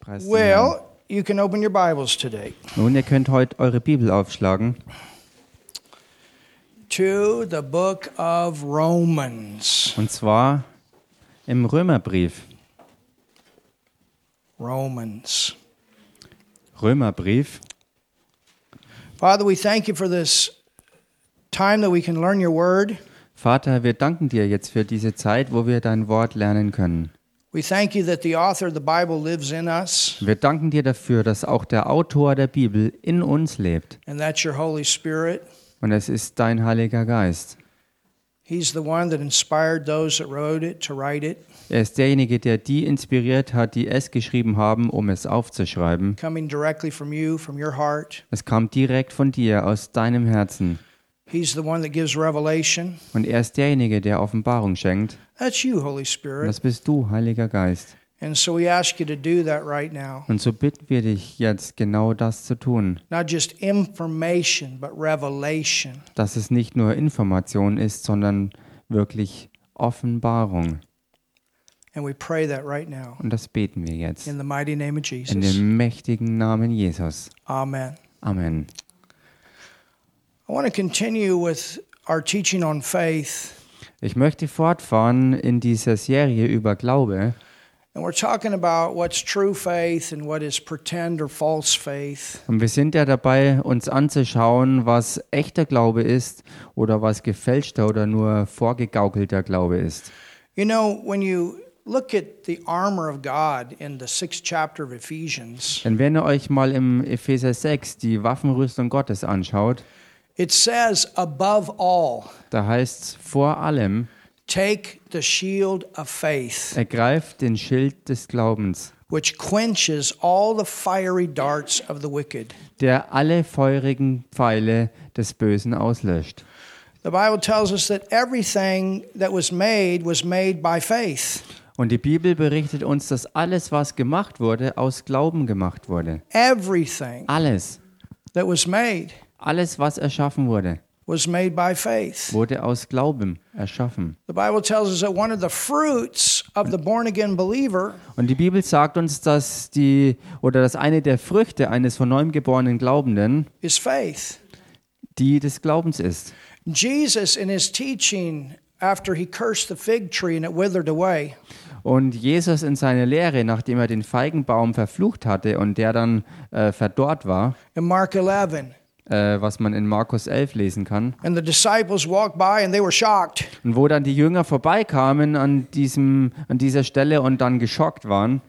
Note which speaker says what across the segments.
Speaker 1: preiszunehmen.
Speaker 2: Well, you can open your Bibles today
Speaker 1: Nun, ihr könnt heute eure Bibel aufschlagen
Speaker 2: to the book of Romans.
Speaker 1: und zwar im Römerbrief.
Speaker 2: Romans.
Speaker 1: Römerbrief.
Speaker 2: Father, we thank you for this time that we can learn your word.
Speaker 1: Vater, wir danken dir jetzt für diese Zeit, wo wir dein Wort lernen können.
Speaker 2: We thank you that the author of the Bible lives in us,
Speaker 1: Wir danken dir dafür, dass auch der Autor der Bibel in uns lebt.
Speaker 2: and that's your Holy Spirit.
Speaker 1: Und es ist dein Heiliger Geist.
Speaker 2: He's the one that inspired those that wrote it to write it,
Speaker 1: Er ist derjenige, der die inspiriert hat, die es geschrieben haben, um es aufzuschreiben.
Speaker 2: coming directly from you, from your heart.
Speaker 1: Es kam direkt von dir, aus deinem Herzen.
Speaker 2: He's the one that gives revelation.
Speaker 1: Und er ist derjenige, der Offenbarung schenkt.
Speaker 2: That's you, Holy
Speaker 1: Und
Speaker 2: Spirit.
Speaker 1: das bist du, Heiliger Geist.
Speaker 2: And so we ask you to do that right now.
Speaker 1: Und so bitten wir dich jetzt genau das zu tun,
Speaker 2: Not just information, but revelation.
Speaker 1: dass es nicht nur Information ist, sondern wirklich Offenbarung.
Speaker 2: And we pray that right now
Speaker 1: Und das beten wir jetzt.
Speaker 2: in the mighty name of
Speaker 1: In
Speaker 2: Genau, Jesus.
Speaker 1: dem mächtigen Namen Jesus.
Speaker 2: Amen.
Speaker 1: Amen.
Speaker 2: I want to continue with our teaching on faith.
Speaker 1: Ich möchte fortfahren in dieser Serie über Glaube.
Speaker 2: And we're talking about what's true faith and what is pretend or false faith.
Speaker 1: Und wir sind ja dabei, uns anzuschauen, was echter Glaube ist oder was gefälschter oder nur vorgegaukelter Glaube ist.
Speaker 2: You know, when you look at the armor of God in the sixth chapter of Ephesians,
Speaker 1: Denn wenn ihr euch mal im Epheser 6 die Waffenrüstung Gottes anschaut,
Speaker 2: it says, above all,
Speaker 1: da heißt es vor allem,
Speaker 2: take the shield of faith,
Speaker 1: ergreift den Schild des Glaubens,
Speaker 2: which quenches all the fiery darts of the wicked.
Speaker 1: der alle feurigen Pfeile des Bösen auslöscht.
Speaker 2: The Bible tells us that everything that was made was made by faith.
Speaker 1: Und die Bibel berichtet uns, dass alles, was gemacht wurde, aus Glauben gemacht wurde.
Speaker 2: Everything
Speaker 1: Alles,
Speaker 2: that was made
Speaker 1: alles, was erschaffen wurde,
Speaker 2: was made by faith.
Speaker 1: wurde aus Glauben erschaffen.
Speaker 2: The Bible tells us that one of the fruits of the born again believer
Speaker 1: Und die Bibel sagt uns, dass die oder dass eine der Früchte eines von neuem geborenen Glaubenden
Speaker 2: is faith.
Speaker 1: die des Glaubens ist.
Speaker 2: Jesus, in his teaching, after he cursed the fig tree and it withered away,
Speaker 1: Und Jesus in seiner Lehre, nachdem er den Feigenbaum verflucht hatte und der dann äh, verdorrt war,
Speaker 2: in Mark 11,
Speaker 1: äh, was man in Markus 11 lesen kann,
Speaker 2: and the disciples walked by and they were shocked.
Speaker 1: und wo dann die Jünger vorbeikamen an, diesem, an dieser Stelle und dann geschockt waren,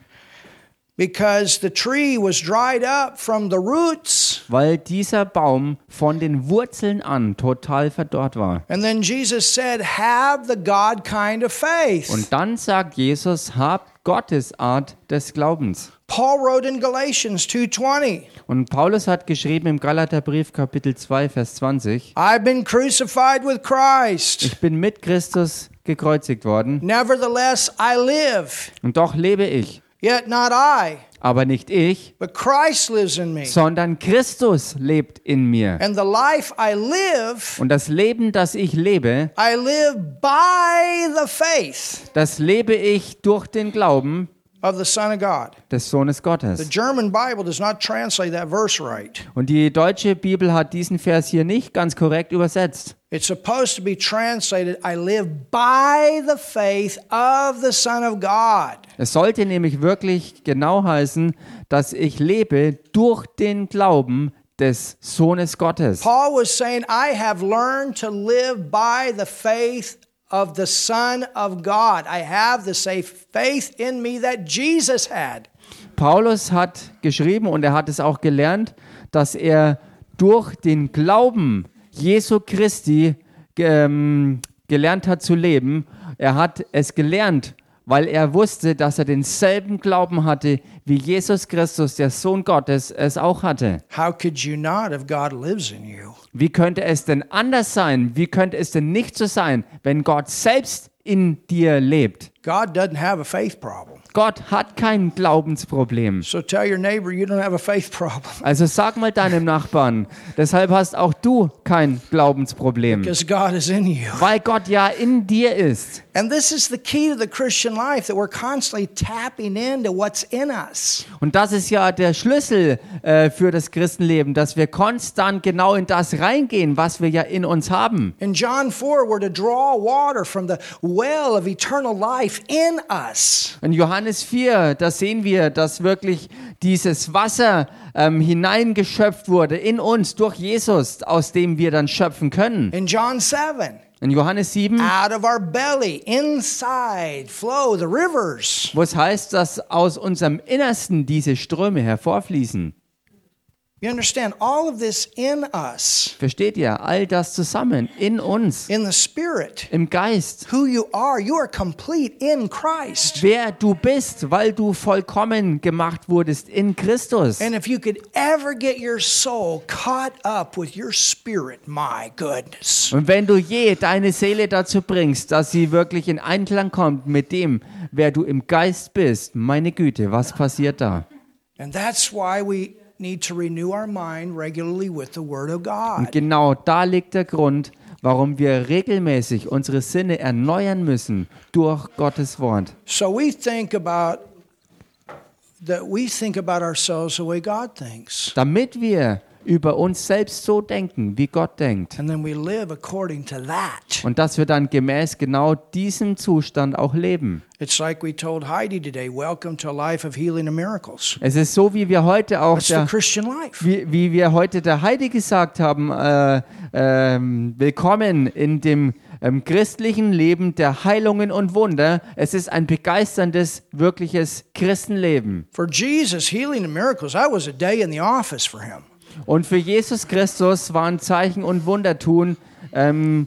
Speaker 2: because the tree was dried up from the roots.
Speaker 1: weil dieser Baum von den Wurzeln an total verdorrt war.
Speaker 2: And then Jesus said, Have the God kind of faith.
Speaker 1: Und dann sagt Jesus, habt Gottes Art des Glaubens.
Speaker 2: Paul wrote in Galatians 2:20,
Speaker 1: Und Paulus hat geschrieben im Galaterbrief Kapitel 2 Vers 20,
Speaker 2: I've been crucified with Christ.
Speaker 1: ich bin mit Christus gekreuzigt worden
Speaker 2: Nevertheless, I live,
Speaker 1: und doch lebe ich,
Speaker 2: yet not I,
Speaker 1: aber nicht ich,
Speaker 2: but Christ lives in me.
Speaker 1: sondern Christus lebt in mir.
Speaker 2: And the life I live,
Speaker 1: Und das Leben, das ich lebe,
Speaker 2: I live by the faith
Speaker 1: das lebe ich durch den Glauben
Speaker 2: of the Son of God.
Speaker 1: des Sohnes
Speaker 2: The
Speaker 1: Gottes.
Speaker 2: German Bible does not translate that verse right.
Speaker 1: Und die deutsche Bibel hat diesen Vers hier nicht ganz korrekt übersetzt.
Speaker 2: It's supposed to be translated, I live by the faith of the Son of God.
Speaker 1: Es sollte nämlich wirklich genau heißen, dass ich lebe durch den Glauben des Sohnes Gottes.
Speaker 2: Paul was saying, I have learned to live by the faith of the Son of God. I have the same faith in me that Jesus had.
Speaker 1: Paulus hat geschrieben und er hat es auch gelernt, dass er durch den Glauben Jesu Christi ähm, gelernt hat zu leben. Er hat es gelernt, weil er wusste, dass er denselben Glauben hatte, wie Jesus Christus, der Sohn Gottes, es auch hatte.
Speaker 2: How could you not if God lives in you?
Speaker 1: Wie könnte es denn anders sein? Wie könnte es denn nicht so sein, wenn Gott selbst in dir lebt?
Speaker 2: God doesn't have a faith problem.
Speaker 1: Gott hat kein Glaubensproblem.
Speaker 2: So tell your neighbor you don't have a faith problem
Speaker 1: Also sag mal deinem Nachbarn, deshalb hast auch du kein Glaubensproblem,
Speaker 2: because God is in you.
Speaker 1: weil Gott ja in dir ist.
Speaker 2: And this is the key to the Christian life that we're constantly tapping into what's in us.
Speaker 1: Und das ist ja der Schlüssel äh, für das Christenleben, dass wir konstant genau in das reingehen, was wir ja in uns haben.
Speaker 2: In John 4, we're to draw water from the well of eternal life in us.
Speaker 1: In Johannes 4, da sehen wir, dass wirklich dieses Wasser ähm, hineingeschöpft wurde in uns durch Jesus, aus dem wir dann schöpfen können.
Speaker 2: In John 7,
Speaker 1: In Johannes 7,
Speaker 2: out of our belly, inside, flow the rivers.
Speaker 1: wo es heißt, dass aus unserem Innersten diese Ströme hervorfließen.
Speaker 2: You understand? All of this in us,
Speaker 1: Versteht ihr? All das zusammen in uns,
Speaker 2: in the Spirit.
Speaker 1: im Geist.
Speaker 2: Who you are, you are complete in Christ.
Speaker 1: Wer du bist, weil du vollkommen gemacht wurdest in Christus.
Speaker 2: And if you could ever get your soul caught up with your spirit, my goodness.
Speaker 1: Und wenn du je deine Seele dazu bringst, dass sie wirklich in Einklang kommt mit dem, wer du im Geist bist, meine Güte, was passiert da?
Speaker 2: And that's why we need to renew our mind regularly with the Word of God.
Speaker 1: Genau da liegt der Grund, warum wir regelmäßig unsere Sinne erneuern müssen durch Gottes Wort.
Speaker 2: So we think about that we think about ourselves the way God thinks.
Speaker 1: Damit wir über uns selbst so denken, wie Gott denkt.
Speaker 2: And then we live according to that.
Speaker 1: Und dass wir dann gemäß genau diesem Zustand auch leben.
Speaker 2: It's like we told Heidi today, welcome to a life of healing and miracles.
Speaker 1: Es ist so, wie wir heute auch
Speaker 2: That's the
Speaker 1: der
Speaker 2: Christian life.
Speaker 1: wie, wie wir heute der Heidi gesagt haben, äh, ähm, willkommen in dem ähm, christlichen Leben der Heilungen und Wunder. Es ist ein begeisterndes, wirkliches Christenleben.
Speaker 2: For Jesus, healing and miracles, that was a day in the office for him.
Speaker 1: Und für Jesus Christus waren Zeichen und Wunder tun ähm,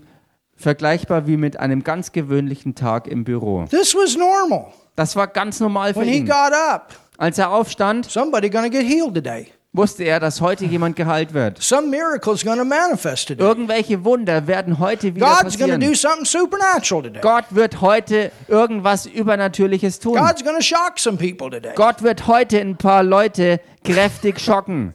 Speaker 1: vergleichbar wie mit einem ganz gewöhnlichen Tag im Büro.
Speaker 2: This was normal.
Speaker 1: Das war ganz normal für
Speaker 2: When he
Speaker 1: ihn.
Speaker 2: got up,
Speaker 1: Als er aufstand,
Speaker 2: somebody going to get healed today.
Speaker 1: wusste er, dass heute jemand geheilt wird.
Speaker 2: Some miracle's going to manifest
Speaker 1: Oh,
Speaker 2: today.
Speaker 1: Irgendwelche Wunder werden heute wieder
Speaker 2: God's going to
Speaker 1: passieren.
Speaker 2: do something supernatural today.
Speaker 1: Gott wird heute irgendwas Übernatürliches tun.
Speaker 2: God's going to shock some people today.
Speaker 1: Gott wird heute ein paar Leute kräftig schocken.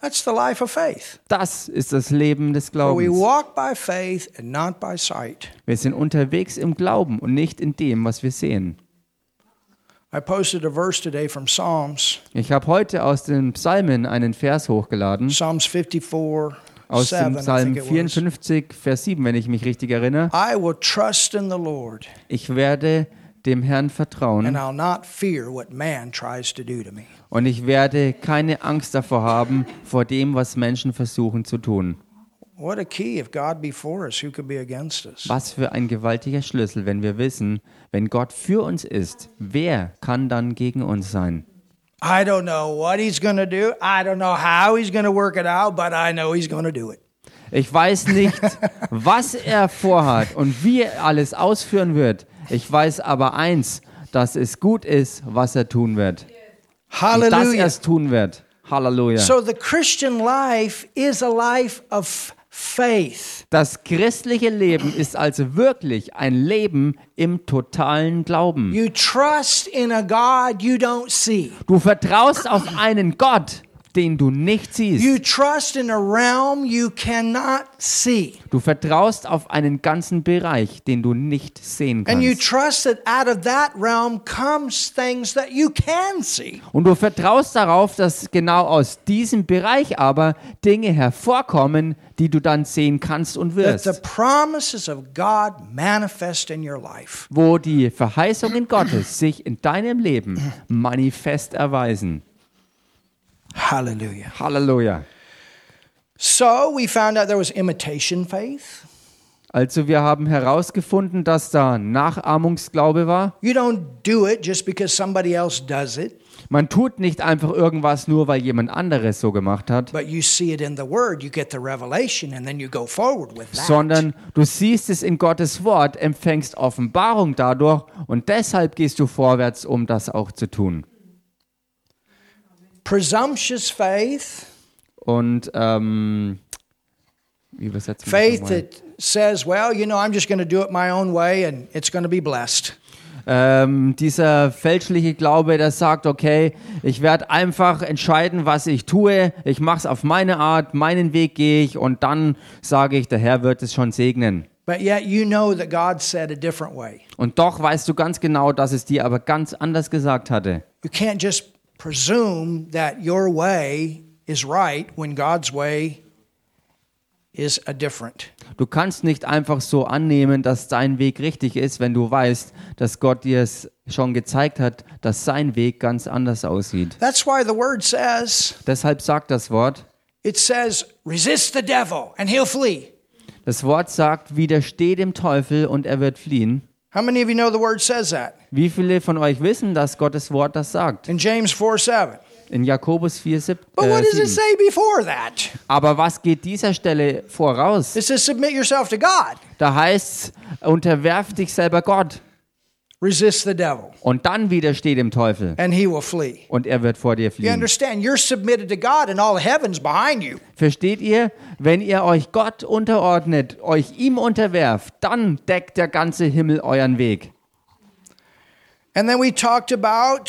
Speaker 2: That's the life of faith.
Speaker 1: Das ist das Leben des
Speaker 2: For we
Speaker 1: Glaubens.
Speaker 2: walk by faith and not by sight.
Speaker 1: Wir sind unterwegs im Glauben und nicht in dem, was wir sehen.
Speaker 2: I posted a verse today from Psalms,
Speaker 1: Ich habe heute aus den Psalmen einen Vers hochgeladen,
Speaker 2: Psalms 54,
Speaker 1: aus
Speaker 2: 7,
Speaker 1: dem Psalm
Speaker 2: I think it was.
Speaker 1: 54, Vers 7, wenn ich mich richtig erinnere.
Speaker 2: I will trust in the Lord
Speaker 1: Ich werde dem Herrn
Speaker 2: and
Speaker 1: vertrauen
Speaker 2: I'll not fear what man tries to do to me.
Speaker 1: und ich werde keine Angst davor haben, vor dem, was Menschen versuchen zu tun.
Speaker 2: What a key. If God be for us, who could be against us?
Speaker 1: Was für ein gewaltiger Schlüssel, wenn wir wissen, wenn Gott für uns ist, wer kann dann gegen uns sein?
Speaker 2: I don't know what he's going to do. I don't know how he's going to work it out, but I know he's going to do it.
Speaker 1: Ich weiß nicht, was er vorhat und wie er alles ausführen wird. Ich weiß aber eins, dass es gut ist, was er tun wird. Und dass
Speaker 2: Hallelujah.
Speaker 1: er es tun wird. Halleluja.
Speaker 2: So the Christian life is a life of f- faith.
Speaker 1: Das christliche Leben ist also wirklich ein Leben im totalen Glauben.
Speaker 2: You trust in a God you don't see.
Speaker 1: Du vertraust auf einen Gott, den du nicht siehst.
Speaker 2: You trust in a realm you cannot see.
Speaker 1: Du vertraust auf einen ganzen Bereich, den du nicht sehen
Speaker 2: And you
Speaker 1: kannst.
Speaker 2: trust that out of that realm comes things that you can see.
Speaker 1: Und du vertraust darauf, dass genau aus diesem Bereich aber Dinge hervorkommen, die du dann sehen kannst und
Speaker 2: That the
Speaker 1: wirst.
Speaker 2: promises of God manifest in your life.
Speaker 1: Wo die Verheißungen Gottes sich in deinem Leben manifest erweisen.
Speaker 2: Hallelujah.
Speaker 1: Halleluja.
Speaker 2: So we found out there was imitation faith.
Speaker 1: Also wir haben herausgefunden, dass da Nachahmungsglaube war.
Speaker 2: You don't do it just because somebody else does it,
Speaker 1: Man tut nicht einfach irgendwas nur, weil jemand anderes so gemacht hat.
Speaker 2: but you see it in the Word. You get the revelation, and then you go forward with that.
Speaker 1: sondern du siehst es in Gottes Wort, empfängst Offenbarung dadurch und deshalb gehst du vorwärts, um das auch zu tun.
Speaker 2: Presumptuous faith,
Speaker 1: Und ähm, wie übersetzt man das
Speaker 2: faith
Speaker 1: nochmal?
Speaker 2: that says, well, you know, I'm just going to do it my own way and it's going to be blessed.
Speaker 1: Ähm, dieser fälschliche Glaube, der sagt, okay, ich werde einfach entscheiden, was ich tue. Ich mache es auf meine Art, meinen Weg gehe ich und dann sage ich, der Herr wird es schon segnen.
Speaker 2: But yet you know that God said a different way.
Speaker 1: Und doch weißt du ganz genau, dass es dir aber ganz anders gesagt hatte.
Speaker 2: You can't just presume that your way is right when God's way is a different.
Speaker 1: Du kannst nicht einfach so annehmen, dass dein Weg richtig ist, wenn du weißt, dass Gott dir es schon gezeigt hat, dass sein Weg ganz anders aussieht.
Speaker 2: That's why the word says,
Speaker 1: Deshalb sagt das Wort,
Speaker 2: it says, resist the devil and he'll flee.
Speaker 1: das Wort sagt, widersteh dem Teufel und er wird fliehen.
Speaker 2: How many of you know the word says that?
Speaker 1: Wie viele von euch wissen, dass Gottes Wort das sagt?
Speaker 2: In James 4 7.
Speaker 1: In Jakobus 4, 7.
Speaker 2: But what
Speaker 1: Äh,
Speaker 2: does
Speaker 1: 7.
Speaker 2: it say before that?
Speaker 1: Aber was geht dieser Stelle voraus?
Speaker 2: It says, submit yourself to God,
Speaker 1: Da heißt es, unterwerf dich selber Gott
Speaker 2: resist the devil,
Speaker 1: und dann widersteh dem Teufel
Speaker 2: and he will flee.
Speaker 1: und er wird vor dir
Speaker 2: You
Speaker 1: fliehen.
Speaker 2: understand? You're submitted to God, and all heaven's behind you.
Speaker 1: Versteht ihr? Wenn ihr euch Gott unterordnet, euch ihm unterwerft, dann deckt der ganze Himmel euren Weg.
Speaker 2: And then we talked about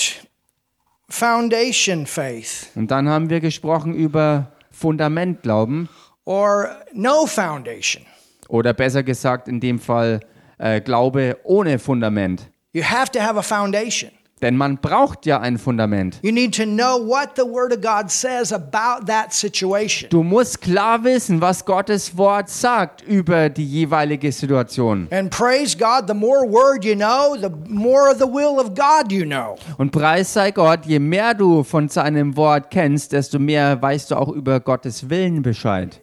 Speaker 2: foundation faith
Speaker 1: Und dann haben wir gesprochen über Fundamentglauben
Speaker 2: or no foundation.
Speaker 1: oder besser gesagt in dem Fall äh, Glaube ohne Fundament.
Speaker 2: You have to have a foundation.
Speaker 1: Denn man braucht ja ein Fundament.
Speaker 2: You need to know what the Word of God says about that situation.
Speaker 1: Du musst klar wissen, was Gottes Wort sagt über die jeweilige Situation.
Speaker 2: And praise God, the more Word you know, the more of the will of God you know.
Speaker 1: Und preis sei Gott, je mehr du von seinem Wort kennst, desto mehr weißt du auch über Gottes Willen Bescheid.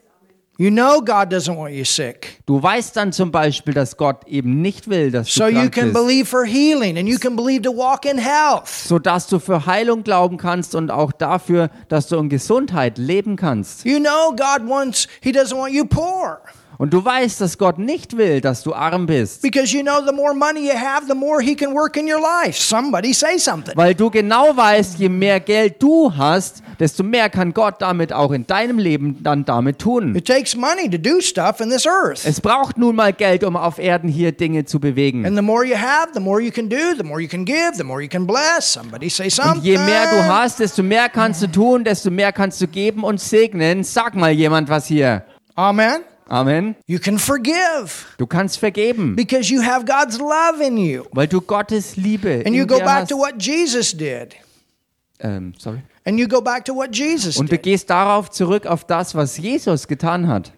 Speaker 2: You know God doesn't want you sick.
Speaker 1: Du weißt dann zum Beispiel, dass Gott eben nicht will, dass du
Speaker 2: So you
Speaker 1: krank
Speaker 2: can
Speaker 1: bist,
Speaker 2: believe for healing and you can believe to walk in health.
Speaker 1: sodass du für Heilung glauben kannst und auch dafür, dass du in Gesundheit leben kannst.
Speaker 2: You know God wants, He doesn't want you poor.
Speaker 1: Und du weißt, dass Gott nicht will, dass du arm bist,
Speaker 2: Because you know the more money you have, the more He can work in your life. Somebody say something.
Speaker 1: weil du genau weißt, je mehr Geld du hast, desto mehr kann Gott damit auch in deinem Leben dann damit tun.
Speaker 2: It takes money to do stuff in this earth.
Speaker 1: Es braucht nun mal Geld, um auf Erden hier Dinge zu bewegen.
Speaker 2: And the more you have, the more you can do, the more you can give, the more you can bless. Somebody say something.
Speaker 1: Und je mehr du hast, desto mehr kannst du tun, desto mehr kannst du geben und segnen. Sag mal jemand was hier.
Speaker 2: Amen.
Speaker 1: Amen.
Speaker 2: You can forgive
Speaker 1: Du kannst vergeben.
Speaker 2: because you have God's love in you.
Speaker 1: Weil du Gottes Liebe in
Speaker 2: And you go
Speaker 1: dir
Speaker 2: back
Speaker 1: hast.
Speaker 2: to what Jesus did.
Speaker 1: Ähm, sorry.
Speaker 2: And you go back to what Jesus
Speaker 1: Und du
Speaker 2: did.
Speaker 1: gehst darauf zurück auf das, was Jesus getan hat.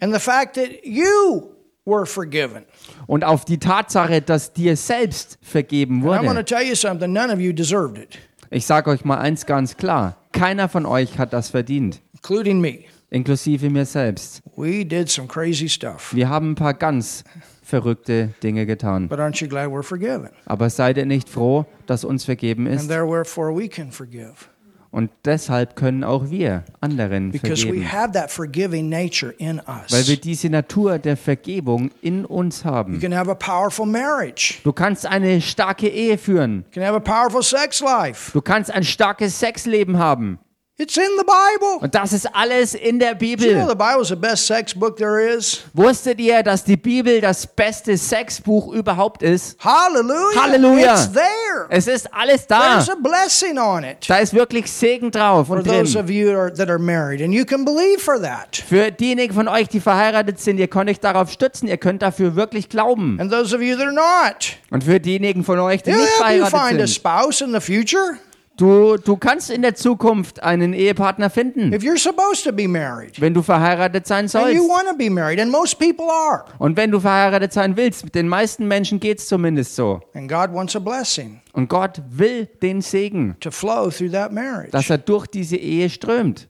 Speaker 2: And the fact that you were forgiven.
Speaker 1: Und auf die Tatsache, dass dir selbst vergeben
Speaker 2: I'm going to
Speaker 1: wurde.
Speaker 2: tell you something. None of you deserved it,
Speaker 1: Ich sage euch mal eins ganz klar. Keiner von euch hat das verdient.
Speaker 2: including me.
Speaker 1: Inklusive mir selbst.
Speaker 2: We did some crazy stuff.
Speaker 1: Wir haben ein paar ganz verrückte Dinge getan.
Speaker 2: But aren't you glad we're forgiven?
Speaker 1: Aber seid ihr nicht froh, dass uns vergeben
Speaker 2: And
Speaker 1: ist?
Speaker 2: therefore we can forgive
Speaker 1: Und deshalb können auch wir anderen
Speaker 2: because we
Speaker 1: vergeben.
Speaker 2: have that forgiving nature in us.
Speaker 1: Weil wir
Speaker 2: You
Speaker 1: diese Natur der Vergebung in uns haben.
Speaker 2: can have a powerful marriage.
Speaker 1: Du kannst eine starke Ehe führen.
Speaker 2: You can have a powerful sex life.
Speaker 1: Du kannst ein starkes Sexleben haben.
Speaker 2: It's in the Bible.
Speaker 1: Und das ist alles in der
Speaker 2: Do you know
Speaker 1: Bibel.
Speaker 2: the Bible's the best sex book there is?
Speaker 1: Wusstet ihr, dass die Bibel das beste Sexbuch überhaupt ist?
Speaker 2: Hallelujah.
Speaker 1: Halleluja.
Speaker 2: It's there.
Speaker 1: Es ist alles da.
Speaker 2: There's a blessing on it.
Speaker 1: Da ist wirklich Segen drauf
Speaker 2: For
Speaker 1: und
Speaker 2: those
Speaker 1: drin.
Speaker 2: of you are- that are married, and you can believe for that.
Speaker 1: Für diejenigen von euch, die verheiratet sind, ihr könnt euch darauf stützen. Ihr könnt dafür wirklich glauben.
Speaker 2: And those of you that are not,
Speaker 1: Und für diejenigen von euch, die
Speaker 2: it'll
Speaker 1: nicht
Speaker 2: help you find a
Speaker 1: verheiratet sind,
Speaker 2: spouse in the future
Speaker 1: du, du kannst in der Zukunft einen Ehepartner finden,
Speaker 2: if you're supposed to be married.
Speaker 1: wenn du verheiratet sein
Speaker 2: And
Speaker 1: sollst.
Speaker 2: you want to be married, and most people are.
Speaker 1: Und wenn du verheiratet sein willst, mit den meisten Menschen geht es zumindest so.
Speaker 2: And God wants a blessing
Speaker 1: Und Gott will den Segen,
Speaker 2: to flow through that marriage.
Speaker 1: dass er durch diese Ehe strömt.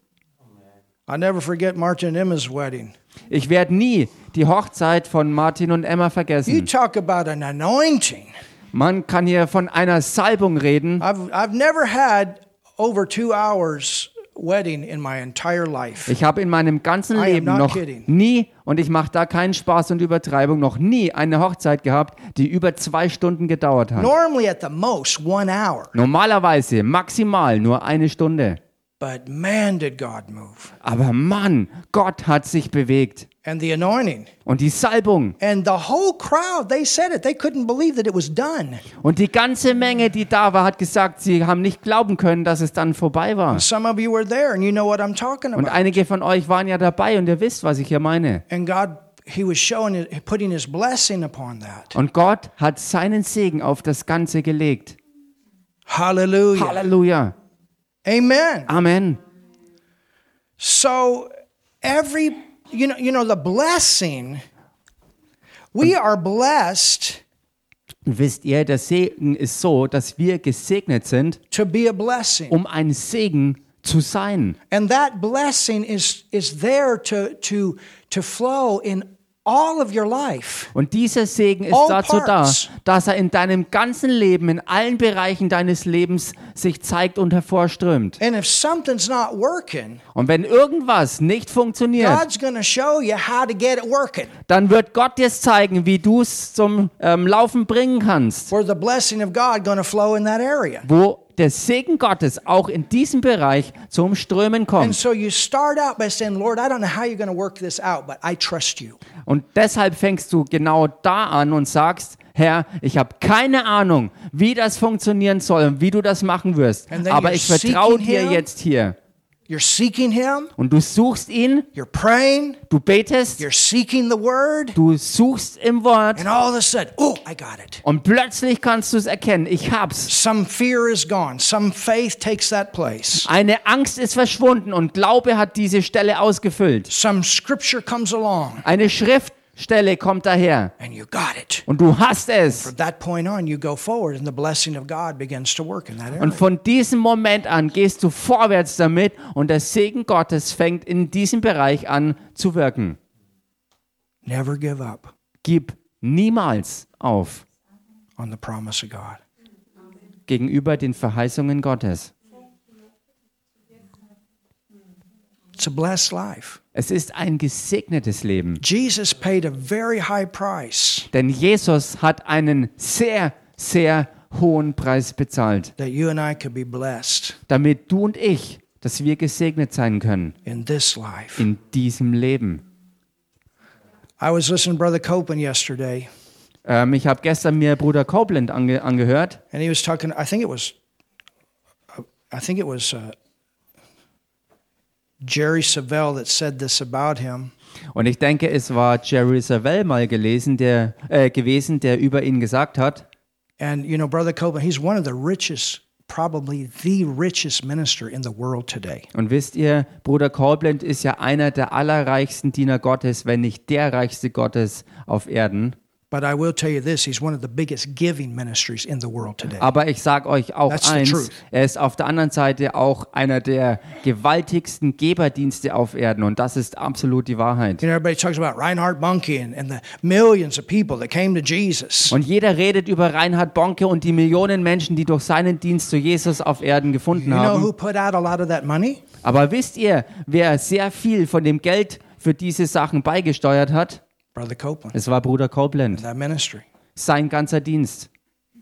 Speaker 2: I'll never forget Martin and Emma's wedding.
Speaker 1: Ich werde nie die Hochzeit von Martin und Emma
Speaker 2: You
Speaker 1: vergessen.
Speaker 2: talk about an anointing.
Speaker 1: Man kann hier von einer Salbung reden.
Speaker 2: I've, I've never had over two hours wedding in my entire life.
Speaker 1: Ich habe in meinem ganzen
Speaker 2: I am
Speaker 1: Leben
Speaker 2: not
Speaker 1: noch
Speaker 2: kidding.
Speaker 1: nie, und ich mache da keinen Spaß und Übertreibung, noch nie eine Hochzeit gehabt, die über zwei Stunden gedauert hat.
Speaker 2: Normally, at the most, one hour.
Speaker 1: Normalerweise maximal nur eine Stunde.
Speaker 2: But man, did God move.
Speaker 1: Aber Mann, Gott hat sich bewegt.
Speaker 2: And the anointing.
Speaker 1: Und die Salbung
Speaker 2: And the whole crowd, they said it. They couldn't believe that it was done.
Speaker 1: und die ganze Menge, die da war, hat gesagt, sie haben nicht glauben können, dass es dann vorbei war.
Speaker 2: Some of you were there and you know what I'm talking
Speaker 1: Und
Speaker 2: about.
Speaker 1: einige von euch waren ja dabei und ihr wisst, was ich hier meine.
Speaker 2: And God, He was showing, it, putting His blessing upon that.
Speaker 1: Und Gott hat seinen Segen auf das Ganze gelegt.
Speaker 2: Hallelujah.
Speaker 1: Halleluja.
Speaker 2: Amen.
Speaker 1: Amen.
Speaker 2: So every you know you know the blessing we are blessed
Speaker 1: Und wisst ihr, der Segen ist so, dass wir gesegnet sind,
Speaker 2: to be a blessing.
Speaker 1: um ein Segen zu sein.
Speaker 2: And that blessing is is there to to to flow in all of your life.
Speaker 1: Und dieser Segen ist
Speaker 2: All
Speaker 1: dazu da,
Speaker 2: parts.
Speaker 1: dass er in deinem ganzen Leben, in allen Bereichen deines Lebens sich zeigt und hervorströmt.
Speaker 2: And if something's not working,
Speaker 1: Und wenn irgendwas nicht funktioniert,
Speaker 2: God's going to show you how to get it working.
Speaker 1: dann wird Gott dir zeigen, wie du es zum ähm, Laufen bringen kannst,
Speaker 2: Where the blessing of God going to flow in that area.
Speaker 1: wo der Segen Gottes auch in diesem Bereich zum Strömen
Speaker 2: And
Speaker 1: kommt.
Speaker 2: so you start out by saying, "Lord, I don't know how you're going to work this out, but I trust you."
Speaker 1: Und deshalb fängst du genau da an und sagst, Herr, ich habe keine Ahnung, wie das funktionieren soll und wie du das machen wirst,
Speaker 2: And then
Speaker 1: aber
Speaker 2: you're
Speaker 1: ich vertraue
Speaker 2: seeking
Speaker 1: dir
Speaker 2: him.
Speaker 1: jetzt hier.
Speaker 2: You're seeking him,
Speaker 1: Und du suchst ihn,
Speaker 2: you're praying,
Speaker 1: du betest,
Speaker 2: you're seeking the word,
Speaker 1: du suchst im Wort
Speaker 2: and all of a sudden, oh, I got it.
Speaker 1: und plötzlich kannst du es erkennen, ich hab's.
Speaker 2: Some fear is gone. Some faith takes that place.
Speaker 1: Eine Angst ist verschwunden und Glaube hat diese Stelle ausgefüllt.
Speaker 2: Some scripture comes along,
Speaker 1: Eine Schriftstelle kommt daher
Speaker 2: and you got it.
Speaker 1: und du hast es.
Speaker 2: From that point on, you go forward, and the blessing of God begins to work in that area.
Speaker 1: Und von diesem Moment an gehst du vorwärts damit und der Segen Gottes fängt in diesem Bereich an zu wirken.
Speaker 2: Never give up
Speaker 1: Gib niemals auf
Speaker 2: on the promise of God.
Speaker 1: gegenüber den Verheißungen Gottes.
Speaker 2: It's a blessed life.
Speaker 1: Es ist ein gesegnetes Leben.
Speaker 2: Jesus paid a very high price
Speaker 1: Denn Jesus hat einen sehr, sehr hohen Preis bezahlt,
Speaker 2: that you and I could be blessed
Speaker 1: damit du und ich, dass wir gesegnet sein können
Speaker 2: in this life.
Speaker 1: in diesem Leben.
Speaker 2: I was listening to Brother Copeland yesterday,
Speaker 1: Ähm, ich habe gestern mir Bruder Copeland ange angehört
Speaker 2: and he was talking. I think it was, I think it was uh, Jerry Savelle that said this about him.
Speaker 1: und ich denke, es war Jerry Savelle mal gelesen, der, äh, gewesen, der über ihn gesagt hat.
Speaker 2: And you know, Brother Copeland, he's one of the richest, probably the richest minister in the world today.
Speaker 1: Und wisst ihr, Bruder Copeland ist ja einer der allerreichsten Diener Gottes, wenn nicht der reichste Gottes auf Erden.
Speaker 2: But I will tell you this: he's one of the biggest giving ministries in the world today.
Speaker 1: Aber ich sage euch auch
Speaker 2: That's the truth.
Speaker 1: eins, er ist auf der anderen Seite auch einer der gewaltigsten Geberdienste auf Erden und das ist absolut die Wahrheit.
Speaker 2: You know, everybody talks about Reinhard Bonnke and, and the millions of people that came to Jesus.
Speaker 1: Und jeder redet über Reinhard Bonke und die Millionen Menschen, die durch seinen Dienst zu Jesus auf Erden gefunden
Speaker 2: You know who
Speaker 1: haben.
Speaker 2: put out a lot of that money?
Speaker 1: Aber wisst ihr, wer sehr viel von dem Geld für diese Sachen beigesteuert hat?
Speaker 2: Brother Copeland,
Speaker 1: Es war Bruder Copeland,
Speaker 2: that ministry.
Speaker 1: sein ganzer Dienst.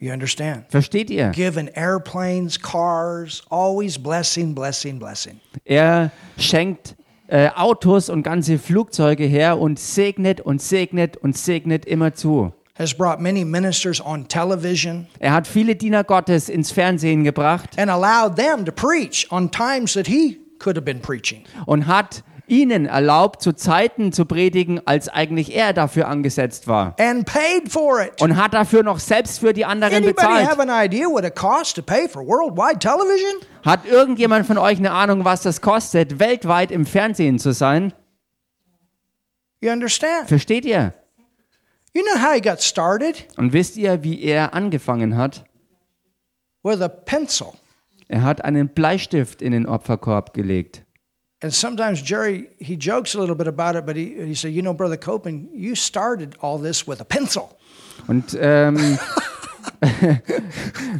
Speaker 2: You understand?
Speaker 1: Versteht ihr?
Speaker 2: Given airplanes, cars, always blessing, blessing, blessing.
Speaker 1: Er schenkt äh, Autos und ganze Flugzeuge her und segnet und segnet und segnet immer zu.
Speaker 2: Has brought many ministers on television
Speaker 1: Er hat viele Diener Gottes ins Fernsehen gebracht
Speaker 2: and allowed them to preach on times that he could have been preaching.
Speaker 1: und hat ihnen erlaubt, zu Zeiten zu predigen, als eigentlich er dafür angesetzt war.
Speaker 2: And paid for it.
Speaker 1: Und hat dafür noch selbst für die anderen
Speaker 2: Anybody have
Speaker 1: bezahlt.
Speaker 2: an idea what it costs to pay for worldwide television?
Speaker 1: Hat irgendjemand von euch eine Ahnung, was das kostet, weltweit im Fernsehen zu sein?
Speaker 2: You understand?
Speaker 1: Versteht ihr?
Speaker 2: You know how he got started?
Speaker 1: Und wisst ihr, wie er angefangen hat?
Speaker 2: With a pencil.
Speaker 1: Er hat einen Bleistift in den Opferkorb gelegt.
Speaker 2: And sometimes Jerry, he jokes a little bit about it, but he, he said, You know, Brother Copeland, you started all this with a pencil.
Speaker 1: Und, ähm,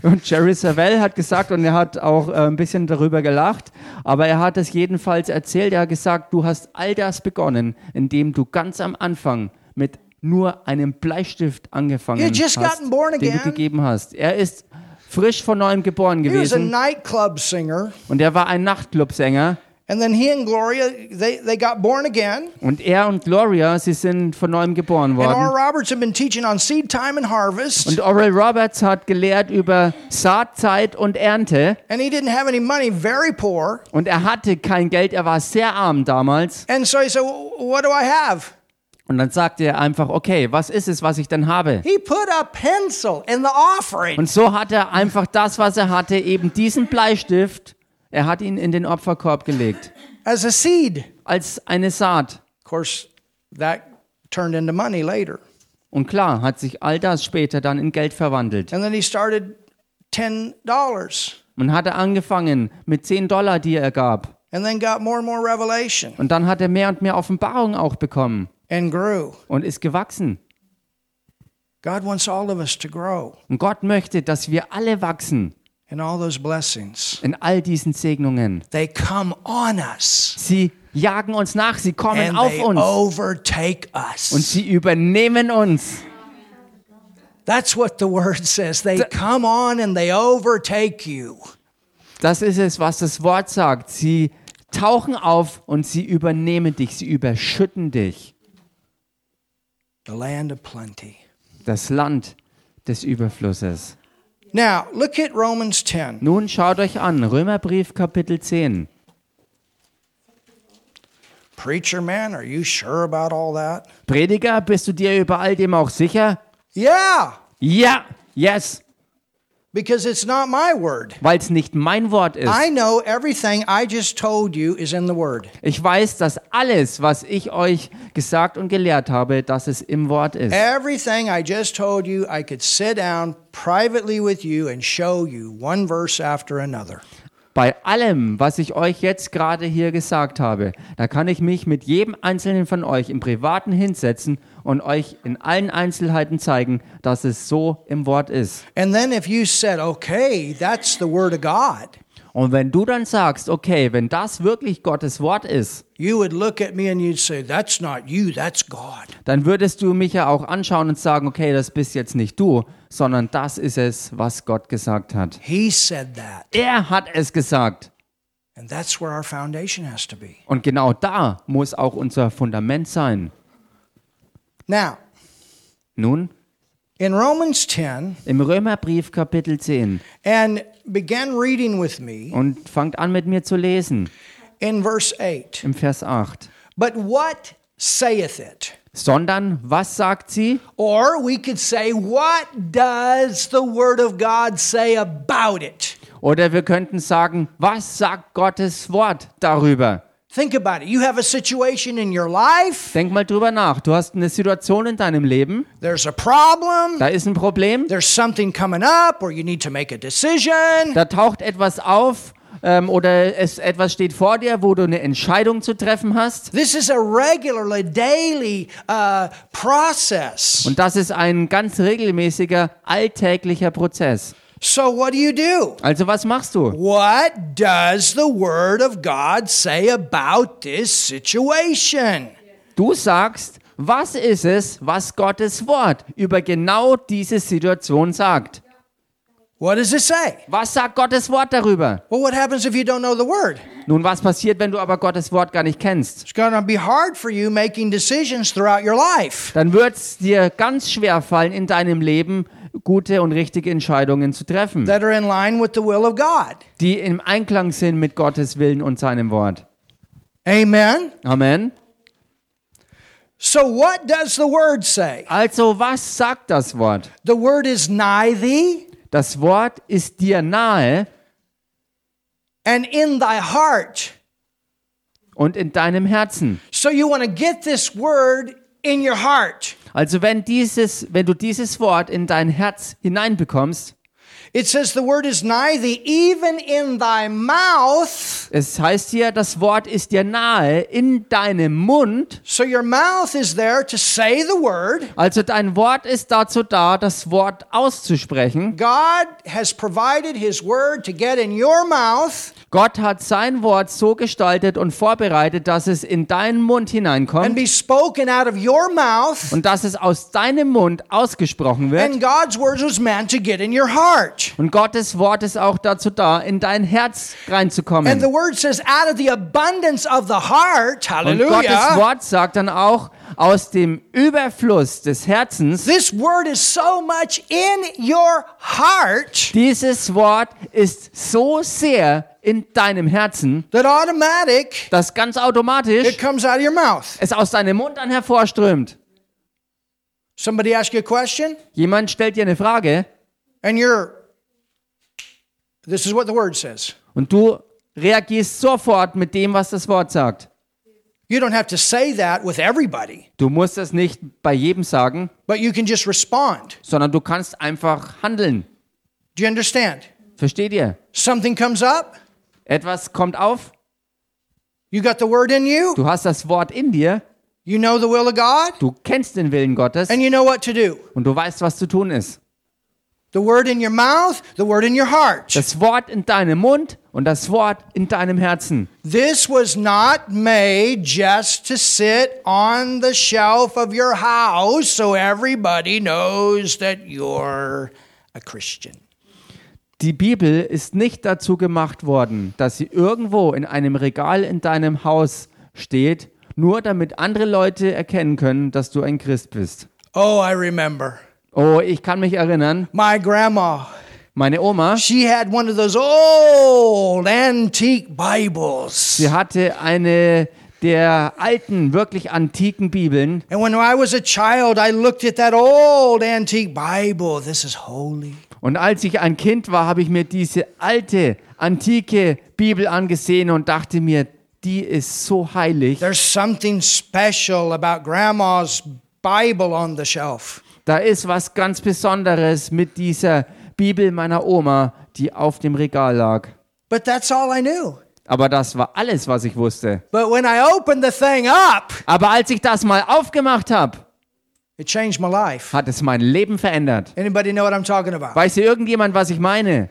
Speaker 1: und Jerry Savelle hat gesagt, und er hat auch äh, ein bisschen darüber gelacht, aber er hat es jedenfalls erzählt, er hat gesagt, du hast all das begonnen, indem du ganz am Anfang mit nur einem Bleistift angefangen
Speaker 2: You just
Speaker 1: hast,
Speaker 2: gotten born
Speaker 1: den du
Speaker 2: again.
Speaker 1: gegeben hast. Er ist frisch von neuem geboren
Speaker 2: He was a
Speaker 1: gewesen
Speaker 2: nightclub singer,
Speaker 1: und er war ein Nachtclubsänger.
Speaker 2: and then he and Gloria they, they got born again.
Speaker 1: Und er und Gloria, sie sind von neuem geboren
Speaker 2: And
Speaker 1: worden.
Speaker 2: Oral Roberts had been teaching on seed time and harvest,
Speaker 1: Und Oral Roberts hat gelehrt über Saatzeit und Ernte.
Speaker 2: and he didn't have any money, very poor.
Speaker 1: Und er hatte kein Geld, er war sehr arm damals.
Speaker 2: And so he said, "Well, "What do I have?"
Speaker 1: Und dann sagte er einfach, okay, was ist es, was ich denn habe?
Speaker 2: He put a pencil in the offering.
Speaker 1: Und so hat er einfach das, was er hatte, eben diesen Bleistift, er hat ihn in den Opferkorb gelegt.
Speaker 2: as a seed. Of
Speaker 1: Als eine Saat.
Speaker 2: course, that turned into money later.
Speaker 1: Und klar, hat sich all das später dann in Geld verwandelt.
Speaker 2: And then he started $10
Speaker 1: Und hat er angefangen mit 10 Dollar, die er gab.
Speaker 2: and then got more and more revelation
Speaker 1: Und dann hat er mehr und mehr Offenbarung auch bekommen
Speaker 2: and grew.
Speaker 1: und ist gewachsen.
Speaker 2: God wants all of us to grow
Speaker 1: Und Gott möchte, dass wir alle wachsen
Speaker 2: in all those blessings.
Speaker 1: in all diesen Segnungen.
Speaker 2: They come on us
Speaker 1: Sie jagen uns nach, sie kommen
Speaker 2: and
Speaker 1: auf
Speaker 2: they
Speaker 1: uns
Speaker 2: overtake
Speaker 1: und
Speaker 2: us.
Speaker 1: sie übernehmen uns.
Speaker 2: That's what the word says. They come on and they overtake you.
Speaker 1: Das ist es, was das Wort sagt. Sie tauchen auf und sie übernehmen dich, sie überschütten dich.
Speaker 2: The land of plenty.
Speaker 1: Das Land des Überflusses.
Speaker 2: Now, look at Romans 10.
Speaker 1: Nun schaut euch an, Römerbrief Kapitel 10.
Speaker 2: Preacher man, are you sure about all that?
Speaker 1: Prediger, bist du dir über all dem auch sicher?
Speaker 2: Yeah,
Speaker 1: Ja, yes,
Speaker 2: because it's not my word.
Speaker 1: weil es nicht mein Wort ist.
Speaker 2: I know everything I just told you is in the Word.
Speaker 1: Ich weiß, dass alles, was ich euch gesagt und gelehrt habe, dass es im Wort ist.
Speaker 2: Everything I just told you, I could sit down privately with you and show you one verse after another.
Speaker 1: Bei allem, was ich euch jetzt gerade hier gesagt habe, da kann ich mich mit jedem einzelnen von euch im Privaten hinsetzen und euch in allen Einzelheiten zeigen, dass es so im Wort ist.
Speaker 2: And then if you said, okay, that's the Word of God,
Speaker 1: Und wenn du dann sagst, okay, wenn das wirklich Gottes Wort ist,
Speaker 2: you would look at me and you'd say, that's not you, that's God.
Speaker 1: dann würdest du mich ja auch anschauen und sagen, okay, das bist jetzt nicht du, sondern das ist es, was Gott gesagt hat.
Speaker 2: He said that.
Speaker 1: Er hat es gesagt.
Speaker 2: And that's where our foundation has to be.
Speaker 1: Und genau da muss auch unser Fundament sein.
Speaker 2: Now,
Speaker 1: Nun,
Speaker 2: in Romans 10,
Speaker 1: im Römerbrief Kapitel 10
Speaker 2: and begin reading with me
Speaker 1: und fangt an mit mir zu lesen
Speaker 2: in verse 8.
Speaker 1: im Vers 8.
Speaker 2: But what saith it?
Speaker 1: Sondern, was sagt sie?
Speaker 2: Or we could say, what does the Word of God say about it?
Speaker 1: Oder wir könnten sagen, was sagt Gottes Wort darüber?
Speaker 2: Think about it. You have a situation in your life,
Speaker 1: Denk mal drüber nach. Du hast eine Situation in deinem Leben,
Speaker 2: there's a problem,
Speaker 1: da ist ein Problem,
Speaker 2: there's something coming up, or you need to make a decision.
Speaker 1: da taucht etwas auf ähm, oder es, etwas steht vor dir, wo du eine Entscheidung zu treffen hast.
Speaker 2: This is a regularly, daily uh, process.
Speaker 1: Und das ist ein ganz regelmäßiger, alltäglicher Prozess.
Speaker 2: So, what do you do?
Speaker 1: Also was machst du?
Speaker 2: What does the Word of God say about this situation?
Speaker 1: Du sagst, was ist es, was Gottes Wort über genau diese Situation sagt?
Speaker 2: What does it say?
Speaker 1: Was sagt Gottes Wort darüber?
Speaker 2: Well, what happens if you don't know the Word?
Speaker 1: Nun, was passiert, wenn du aber Gottes Wort gar nicht kennst?
Speaker 2: It's going to be hard for you making decisions throughout your life.
Speaker 1: Dann wird es dir ganz schwer fallen, in deinem Leben gute und richtige Entscheidungen zu treffen,
Speaker 2: that are in line with the will of God.
Speaker 1: die im Einklang sind mit Gottes Willen und seinem Wort.
Speaker 2: Amen.
Speaker 1: Amen.
Speaker 2: So, what does the word say?
Speaker 1: Also, was sagt das Wort?
Speaker 2: The word is nigh thee
Speaker 1: Das Wort ist dir nahe
Speaker 2: and in thy heart.
Speaker 1: und in deinem Herzen.
Speaker 2: So, you want to get this word in your heart.
Speaker 1: Also, wenn, dieses, wenn du dieses Wort in dein Herz hineinbekommst,
Speaker 2: It says the word is nigh thee, even in thy mouth.
Speaker 1: es heißt hier, das Wort ist dir nahe in deinem Mund
Speaker 2: So, your mouth is there to say the word.
Speaker 1: Also dein Wort ist dazu da, das Wort auszusprechen.
Speaker 2: God has provided his word to get in your mouth
Speaker 1: Gott hat sein Wort so gestaltet und vorbereitet, dass es in deinen Mund
Speaker 2: and
Speaker 1: hineinkommt
Speaker 2: be spoken out of your mouth.
Speaker 1: und dass es aus deinem Mund ausgesprochen wird.
Speaker 2: And God's words was meant to get in your heart.
Speaker 1: Und Gottes Wort ist auch dazu da, in dein Herz
Speaker 2: And the
Speaker 1: reinzukommen.
Speaker 2: word says, out of the abundance of the heart,
Speaker 1: Und Gottes
Speaker 2: hallelujah.
Speaker 1: Wort sagt dann auch, aus dem Überfluss des Herzens,
Speaker 2: This word is so much in your heart
Speaker 1: dieses Wort ist so sehr in deinem Herzen,
Speaker 2: that automatic
Speaker 1: dass ganz automatisch
Speaker 2: it comes out of your mouth.
Speaker 1: es aus deinem Mund dann hervorströmt.
Speaker 2: Somebody ask you a question
Speaker 1: Jemand stellt dir eine Frage
Speaker 2: and you're this is what the word says.
Speaker 1: und du reagierst sofort mit dem, was das Wort sagt.
Speaker 2: You don't have to say that with everybody,
Speaker 1: Du musst das nicht bei jedem sagen,
Speaker 2: but you can just respond.
Speaker 1: sondern du kannst einfach handeln.
Speaker 2: Do you understand?
Speaker 1: Versteht ihr?
Speaker 2: Something comes up,
Speaker 1: Etwas kommt auf,
Speaker 2: you got the word in you,
Speaker 1: du hast das Wort in dir,
Speaker 2: you know the will of God,
Speaker 1: du kennst den Willen Gottes
Speaker 2: and you know what to do.
Speaker 1: und du weißt, was zu tun ist.
Speaker 2: The word in your mouth, the word in your heart.
Speaker 1: Das Wort in deinem Mund und das Wort in deinem Herzen.
Speaker 2: This was not made just to sit on the shelf of your house so everybody knows that you're a Christian.
Speaker 1: Die Bibel ist nicht dazu gemacht worden, dass sie irgendwo in einem Regal in deinem Haus steht, nur damit andere Leute erkennen können, dass du ein Christ bist.
Speaker 2: Oh, I remember.
Speaker 1: Oh, ich kann mich erinnern,
Speaker 2: My grandma,
Speaker 1: meine Oma,
Speaker 2: she had one of those old antique Bibles.
Speaker 1: sie hatte eine der alten, wirklich antiken Bibeln.
Speaker 2: And when I was a child, I looked at that old antique Bible. This is holy.
Speaker 1: Und als ich ein Kind war, habe ich mir diese alte, antike Bibel angesehen und dachte mir, die ist so heilig.
Speaker 2: There's something special about grandma's Bible on the shelf.
Speaker 1: Da ist was ganz Besonderes mit dieser Bibel meiner Oma, die auf dem Regal lag.
Speaker 2: But that's all I knew.
Speaker 1: Aber das war alles, was ich wusste.
Speaker 2: But when I opened the thing up,
Speaker 1: Aber als ich das mal aufgemacht habe,
Speaker 2: it changed my life.
Speaker 1: hat es mein Leben verändert.
Speaker 2: Anybody know what I'm talking about?
Speaker 1: Weiß hier irgendjemand, was ich meine?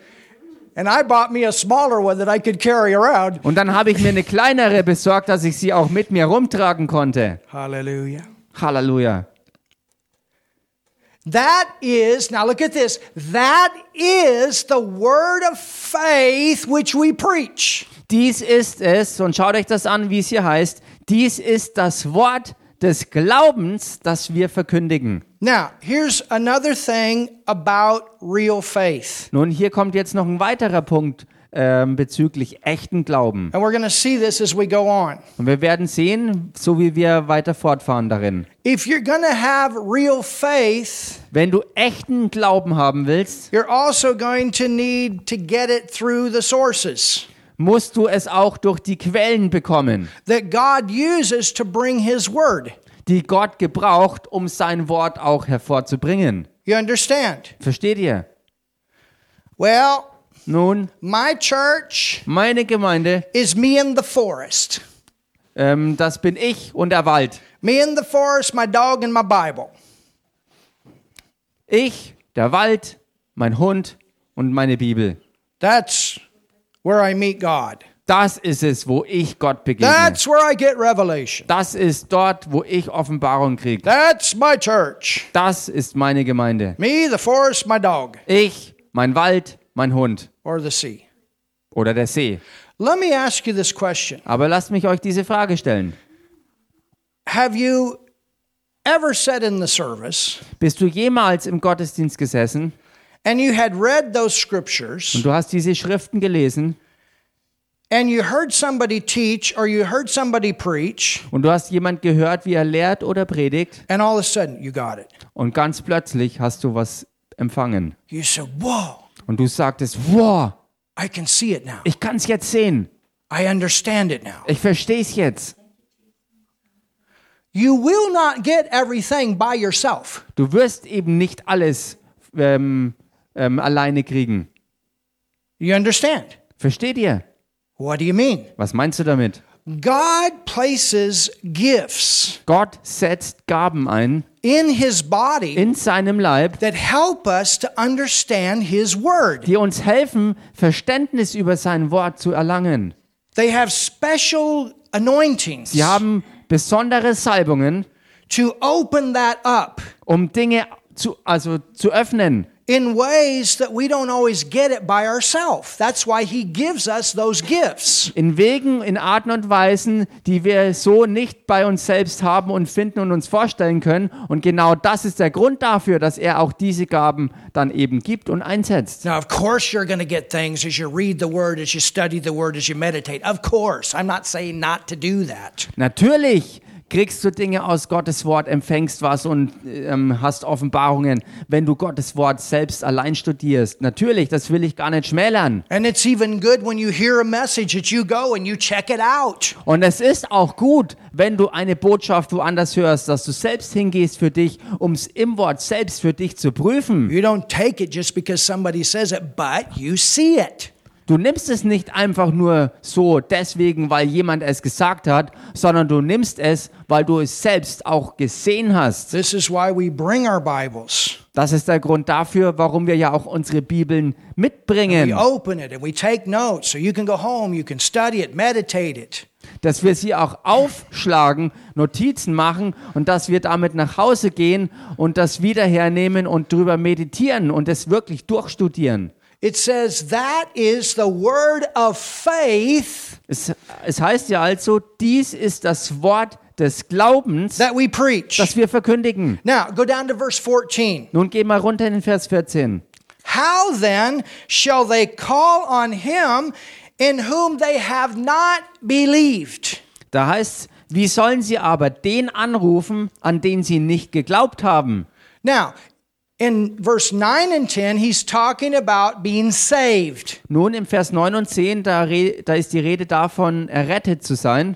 Speaker 2: And I bought me a smaller one that I could carry around.
Speaker 1: Und dann habe ich mir eine kleinere besorgt, dass ich sie auch mit mir rumtragen konnte.
Speaker 2: Hallelujah.
Speaker 1: Halleluja.
Speaker 2: That is, now look at this, that is the word of faith which we preach.
Speaker 1: Dies ist es, und schaut euch das an, wie es hier heißt, dies ist das Wort des Glaubens, das wir verkündigen.
Speaker 2: Now, here's another thing about real faith.
Speaker 1: Nun, hier kommt jetzt noch ein weiterer Punkt ähm, bezüglich echten Glauben.
Speaker 2: And we're going to see this as we go on.
Speaker 1: Und wir werden sehen, so wie wir weiter fortfahren darin.
Speaker 2: If you're going to have real faith,
Speaker 1: Wenn du echten Glauben haben willst,
Speaker 2: you're also going to need to get it through the sources.
Speaker 1: musst du es auch durch die Quellen bekommen,
Speaker 2: that God uses to bring His word.
Speaker 1: die Gott gebraucht, um sein Wort auch hervorzubringen.
Speaker 2: You understand?
Speaker 1: Versteht ihr?
Speaker 2: Well,
Speaker 1: Nun,
Speaker 2: my church
Speaker 1: meine Gemeinde,
Speaker 2: is me in the forest.
Speaker 1: ähm, das bin ich und der Wald.
Speaker 2: Me in the forest, my dog, and my Bible.
Speaker 1: Ich, der Wald, mein Hund und meine Bibel.
Speaker 2: That's where I meet God.
Speaker 1: Das ist es, wo ich Gott begegne.
Speaker 2: That's where I get revelation.
Speaker 1: Das ist dort, wo ich Offenbarung kriege.
Speaker 2: That's my church.
Speaker 1: Das ist meine Gemeinde.
Speaker 2: Me, the forest, my dog,
Speaker 1: Ich, mein Wald, mein Hund
Speaker 2: or the sea.
Speaker 1: oder der See.
Speaker 2: Let me ask you this question
Speaker 1: Aber lasst mich euch diese Frage stellen.
Speaker 2: Have you ever sat in the service
Speaker 1: Bist du jemals im Gottesdienst gesessen
Speaker 2: and you had read those
Speaker 1: und
Speaker 2: scriptures
Speaker 1: du hast diese Schriften gelesen
Speaker 2: and you heard somebody teach or you heard somebody preach?
Speaker 1: und du hast jemand gehört, wie er lehrt oder predigt
Speaker 2: And all of a sudden, you got it.
Speaker 1: und ganz plötzlich hast du was empfangen
Speaker 2: You said, Whoa,
Speaker 1: und du sagtest, wow,
Speaker 2: I can see it now.
Speaker 1: ich kann es jetzt sehen.
Speaker 2: I understand it now.
Speaker 1: Ich verstehe es jetzt.
Speaker 2: You will not get everything by yourself.
Speaker 1: Du wirst eben nicht alles ähm, ähm, alleine kriegen.
Speaker 2: You understand?
Speaker 1: Versteht ihr?
Speaker 2: What do you mean?
Speaker 1: Was meinst du damit?
Speaker 2: God places gifts
Speaker 1: Gott setzt Gaben ein
Speaker 2: in his body
Speaker 1: in seinem Leib,
Speaker 2: that help us to understand his word.
Speaker 1: die uns helfen, Verständnis über sein Wort zu erlangen.
Speaker 2: They have special anointings
Speaker 1: Sie haben besondere Salbungen,
Speaker 2: to open that up
Speaker 1: um Dinge zu, also zu öffnen,
Speaker 2: in ways that we don't always get it by ourselves. That's why he gives us those gifts.
Speaker 1: in Wegen, in Arten und Weisen, die wir so nicht bei uns selbst haben und finden und uns vorstellen können. Und genau das ist der Grund dafür, dass er auch diese Gaben dann eben gibt und einsetzt.
Speaker 2: Now, of course, you're going to get things as you read the word, as you study the word, as you meditate. Of course, I'm not saying not to do that.
Speaker 1: Natürlich kriegst du Dinge aus Gottes Wort, empfängst was und ähm, hast Offenbarungen, wenn du Gottes Wort selbst allein studierst. Natürlich, das will ich gar nicht schmälern.
Speaker 2: And it's even good when you hear a message that you go and you check it out.
Speaker 1: Und es ist auch gut, wenn du eine Botschaft woanders hörst, dass du selbst hingehst für dich, um es im Wort selbst für dich zu prüfen.
Speaker 2: You don't take it just because somebody says it, but you see it.
Speaker 1: Du nimmst es nicht einfach nur so deswegen, weil jemand es gesagt hat, sondern du nimmst es, weil du es selbst auch gesehen hast.
Speaker 2: This is why we bring our Bibles.
Speaker 1: Das ist der Grund dafür, warum wir ja auch unsere Bibeln
Speaker 2: We
Speaker 1: mitbringen,
Speaker 2: open it and we take notes so you can go home, you can study it, meditate it.
Speaker 1: dass wir sie auch aufschlagen, Notizen machen und dass wir damit nach Hause gehen und das wieder hernehmen und drüber meditieren und es wirklich durchstudieren.
Speaker 2: It says that is the word of faith
Speaker 1: Es, es heißt ja also, dies ist das Wort des Glaubens,
Speaker 2: that we preach.
Speaker 1: das wir verkündigen.
Speaker 2: Now, go down to verse 14.
Speaker 1: Nun geh mal runter in den Vers 14.
Speaker 2: How then shall they call on him in whom they have not believed?
Speaker 1: Da heißt es, wie sollen sie aber den anrufen, an den sie nicht geglaubt haben?
Speaker 2: Now, in verse 9 and 10, he's talking about being saved.
Speaker 1: Nun im Vers 9 und 10, da, re- da ist die Rede davon, errettet zu sein.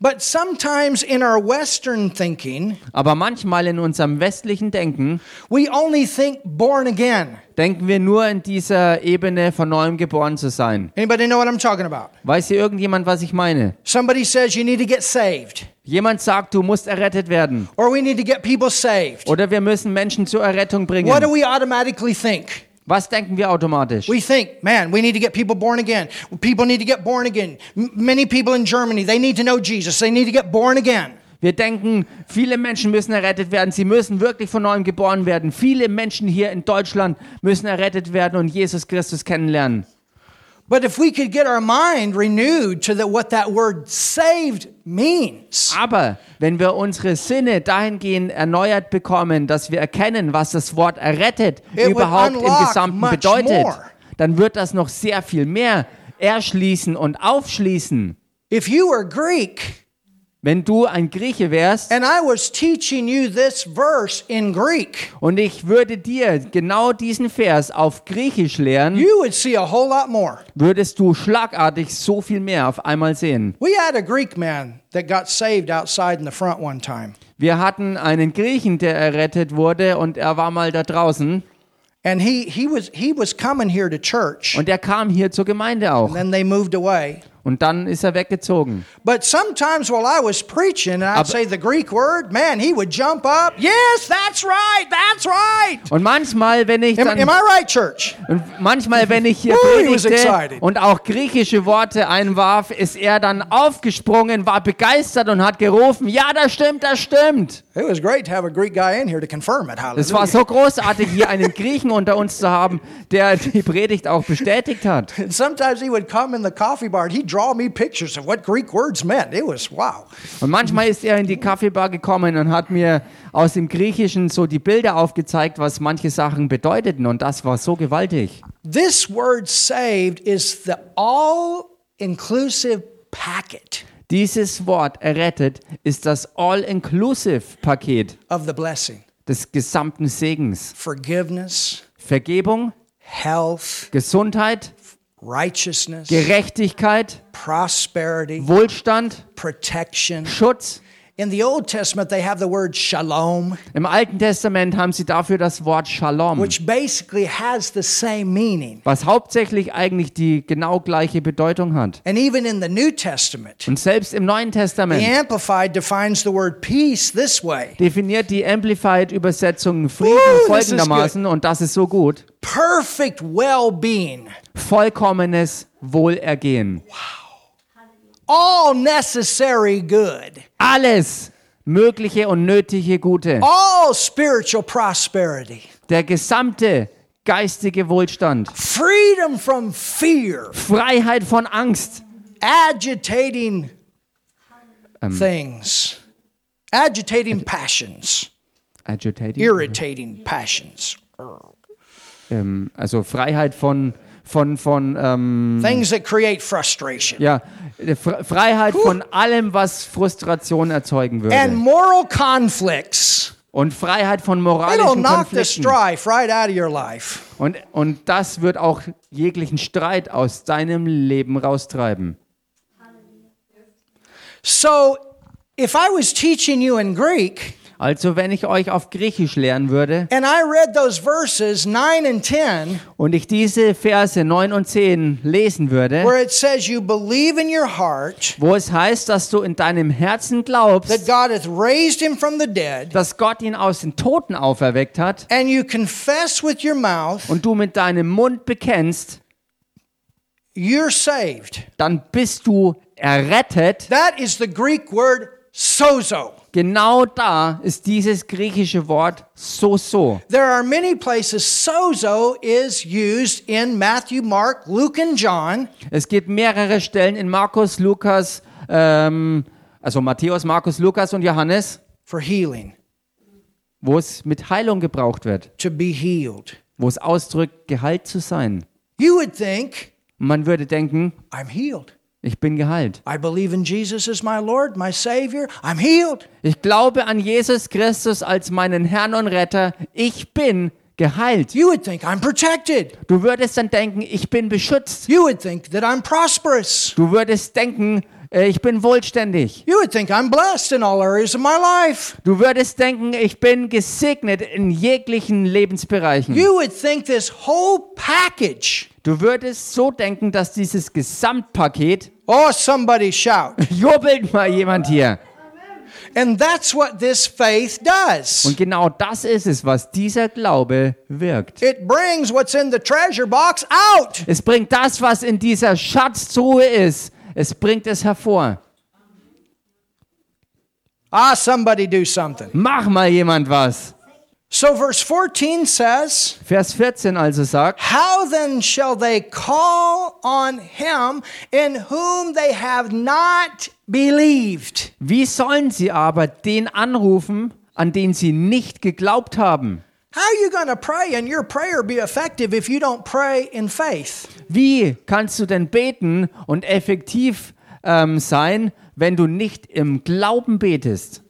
Speaker 2: But sometimes in our Western thinking,
Speaker 1: Aber manchmal in unserem westlichen Denken
Speaker 2: we only think born again.
Speaker 1: denken wir nur in dieser Ebene von neuem geboren zu sein.
Speaker 2: Anybody know what I'm talking about?
Speaker 1: Weiß hier irgendjemand, was ich meine?
Speaker 2: Somebody says you need to get saved,
Speaker 1: Jemand sagt, du musst errettet werden.
Speaker 2: or we need to get people saved.
Speaker 1: Oder wir müssen Menschen zur Errettung
Speaker 2: What do
Speaker 1: bringen.
Speaker 2: we automatically think?
Speaker 1: Was denken wir automatisch?
Speaker 2: We think, man, we need to get people born again. People need to get born again. M- many people in Germany, they need to know Jesus. They need to get born again.
Speaker 1: Wir denken, viele Menschen müssen errettet werden. Sie müssen wirklich von neuem geboren werden. Viele Menschen hier in Deutschland müssen errettet werden und Jesus Christus kennenlernen.
Speaker 2: But if we could get our mind renewed to the, what that word saved means,
Speaker 1: Aber wenn wir unsere Sinne dahingehend erneuert bekommen, dass wir erkennen, was das Wort errettet
Speaker 2: It would
Speaker 1: überhaupt im
Speaker 2: unlock
Speaker 1: Gesamten
Speaker 2: much
Speaker 1: bedeutet,
Speaker 2: more.
Speaker 1: dann wird das noch sehr viel mehr erschließen und aufschließen.
Speaker 2: if you were Greek
Speaker 1: Wenn du ein Grieche wärst
Speaker 2: and I was teaching you this verse in Greek,
Speaker 1: und ich würde dir genau diesen Vers auf Griechisch lernen,
Speaker 2: you would see a whole lot more.
Speaker 1: würdest du schlagartig so viel mehr auf einmal sehen.
Speaker 2: We had a Greek man that got saved outside in the front one time,
Speaker 1: Wir hatten einen Griechen, der errettet wurde und er war mal da draußen
Speaker 2: and he, he, was, he was coming here to church.
Speaker 1: und er kam hier zur Gemeinde auch
Speaker 2: Then they moved away.
Speaker 1: und dann ist er weggezogen.
Speaker 2: But sometimes while I was preaching and I'd
Speaker 1: Ab-
Speaker 2: say the Greek word, man, he would jump up. Yes, that's right. That's right.
Speaker 1: Und manchmal, wenn ich
Speaker 2: Am,
Speaker 1: dann,
Speaker 2: am I right, church?
Speaker 1: und manchmal, wenn ich hier
Speaker 2: Woo, he was
Speaker 1: predigte
Speaker 2: excited.
Speaker 1: und auch griechische Worte einwarf, ist er dann aufgesprungen, war begeistert und hat gerufen: Ja, das stimmt, das stimmt.
Speaker 2: It was great to have a Greek guy in here to confirm it. Hallelujah.
Speaker 1: Es war so großartig, hier einen Griechen unter uns zu haben, der die Predigt auch bestätigt hat.
Speaker 2: and sometimes he would come in the coffee bar and he'd draw me pictures of what Greek words meant. It was wow.
Speaker 1: Und manchmal ist er in die Kaffeebar gekommen und hat mir aus dem Griechischen so die Bilder aufgezeigt, was manche Sachen bedeuteten. Und das war so gewaltig.
Speaker 2: This word saved is the all inclusive packet
Speaker 1: Dieses Wort errettet ist das All-Inclusive-Paket.
Speaker 2: of the blessing
Speaker 1: des gesamten Segens.
Speaker 2: forgiveness,
Speaker 1: Vergebung,
Speaker 2: health,
Speaker 1: Gesundheit,
Speaker 2: righteousness,
Speaker 1: Gerechtigkeit,
Speaker 2: prosperity,
Speaker 1: Wohlstand,
Speaker 2: protection.
Speaker 1: Schutz.
Speaker 2: In the Old Testament, they have the word shalom,
Speaker 1: Im Alten Testament haben sie dafür das Wort Shalom,
Speaker 2: which basically has the same meaning.
Speaker 1: was hauptsächlich eigentlich die genau gleiche Bedeutung hat.
Speaker 2: And even in the New Testament,
Speaker 1: Und selbst im Neuen
Speaker 2: the
Speaker 1: Testament
Speaker 2: Amplified defines the word peace this way
Speaker 1: definiert die Amplified-Übersetzung Frieden
Speaker 2: Woo, this is
Speaker 1: folgendermaßen, und das ist so gut,
Speaker 2: perfect well being,
Speaker 1: vollkommenes Wohlergehen.
Speaker 2: all necessary good,
Speaker 1: Alles mögliche und nötige Gute.
Speaker 2: Oh. all spiritual prosperity,
Speaker 1: Der gesamte geistige Wohlstand.
Speaker 2: freedom from fear,
Speaker 1: Freiheit von Angst.
Speaker 2: agitating things, agitating passions,
Speaker 1: Agitating.
Speaker 2: irritating passions,
Speaker 1: Ähm, also Freiheit von, von, von, ähm,
Speaker 2: things that create frustration,
Speaker 1: ja, äh, Fre Freiheit von allem, was Frustration erzeugen
Speaker 2: and
Speaker 1: würde.
Speaker 2: moral conflicts.
Speaker 1: Und Freiheit von
Speaker 2: It'll
Speaker 1: moralischen
Speaker 2: knock the
Speaker 1: Konflikten.
Speaker 2: strife right out of your life.
Speaker 1: Und, und das wird auch jeglichen Streit aus deinem Leben raustreiben.
Speaker 2: So, if I was teaching you in Greek
Speaker 1: Also wenn ich euch auf Griechisch lernen würde
Speaker 2: and I read those verses 9 and 10,
Speaker 1: und ich diese Verse 9 und 10 lesen würde,
Speaker 2: where it says, You believe in your heart
Speaker 1: wo es heißt, dass du in deinem Herzen
Speaker 2: that
Speaker 1: glaubst,
Speaker 2: God hath raised him from the dead,
Speaker 1: dass Gott ihn aus den Toten auferweckt hat
Speaker 2: and you confess with your mouth,
Speaker 1: und du mit deinem Mund bekennst,
Speaker 2: you're saved.
Speaker 1: dann bist du errettet.
Speaker 2: That is the Greek word sozo.
Speaker 1: Genau da ist dieses griechische Wort so-so.
Speaker 2: There are many places sozo is used in Matthew, Mark, Luke, and John
Speaker 1: Es gibt mehrere Stellen in Markus, Lukas, ähm, also Matthäus, Markus, Lukas und Johannes,
Speaker 2: for healing,
Speaker 1: wo es mit Heilung gebraucht wird,
Speaker 2: to be healed.
Speaker 1: wo es ausdrückt, geheilt zu sein.
Speaker 2: You would think,
Speaker 1: Und man würde denken,
Speaker 2: I'm healed.
Speaker 1: ich bin geheilt.
Speaker 2: I believe in Jesus as my Lord, my Savior. I'm healed.
Speaker 1: Ich glaube an Jesus Christus als meinen Herrn und Retter. Ich bin geheilt.
Speaker 2: You would think I'm protected.
Speaker 1: Du würdest dann denken, ich bin beschützt.
Speaker 2: You would think that I'm prosperous.
Speaker 1: Du würdest denken, äh, ich bin wohlständig.
Speaker 2: You would think I'm blessed in all areas of my life.
Speaker 1: Du würdest denken, ich bin gesegnet in jeglichen Lebensbereichen.
Speaker 2: You would think this whole package.
Speaker 1: Du würdest so denken, dass dieses Gesamtpaket
Speaker 2: Oh, somebody shout.
Speaker 1: jubelt mal jemand hier.
Speaker 2: And that's what this faith
Speaker 1: Und
Speaker 2: does.
Speaker 1: genau das ist es, was dieser Glaube wirkt.
Speaker 2: It brings what's in the treasure box out.
Speaker 1: Es bringt das, was in dieser Schatztruhe ist, es bringt es hervor.
Speaker 2: Ah, somebody do something.
Speaker 1: Mach mal jemand was.
Speaker 2: So, verse 14 says,
Speaker 1: Vers 14 also sagt,
Speaker 2: How then shall they call on him in whom they have not believed?
Speaker 1: wie sollen sie aber den anrufen, an den sie nicht geglaubt haben?
Speaker 2: How are you going to pray and your prayer be effective if you don't pray in faith?
Speaker 1: Wie kannst du denn beten und effektiv ähm, sein, wenn du nicht im Glauben betest?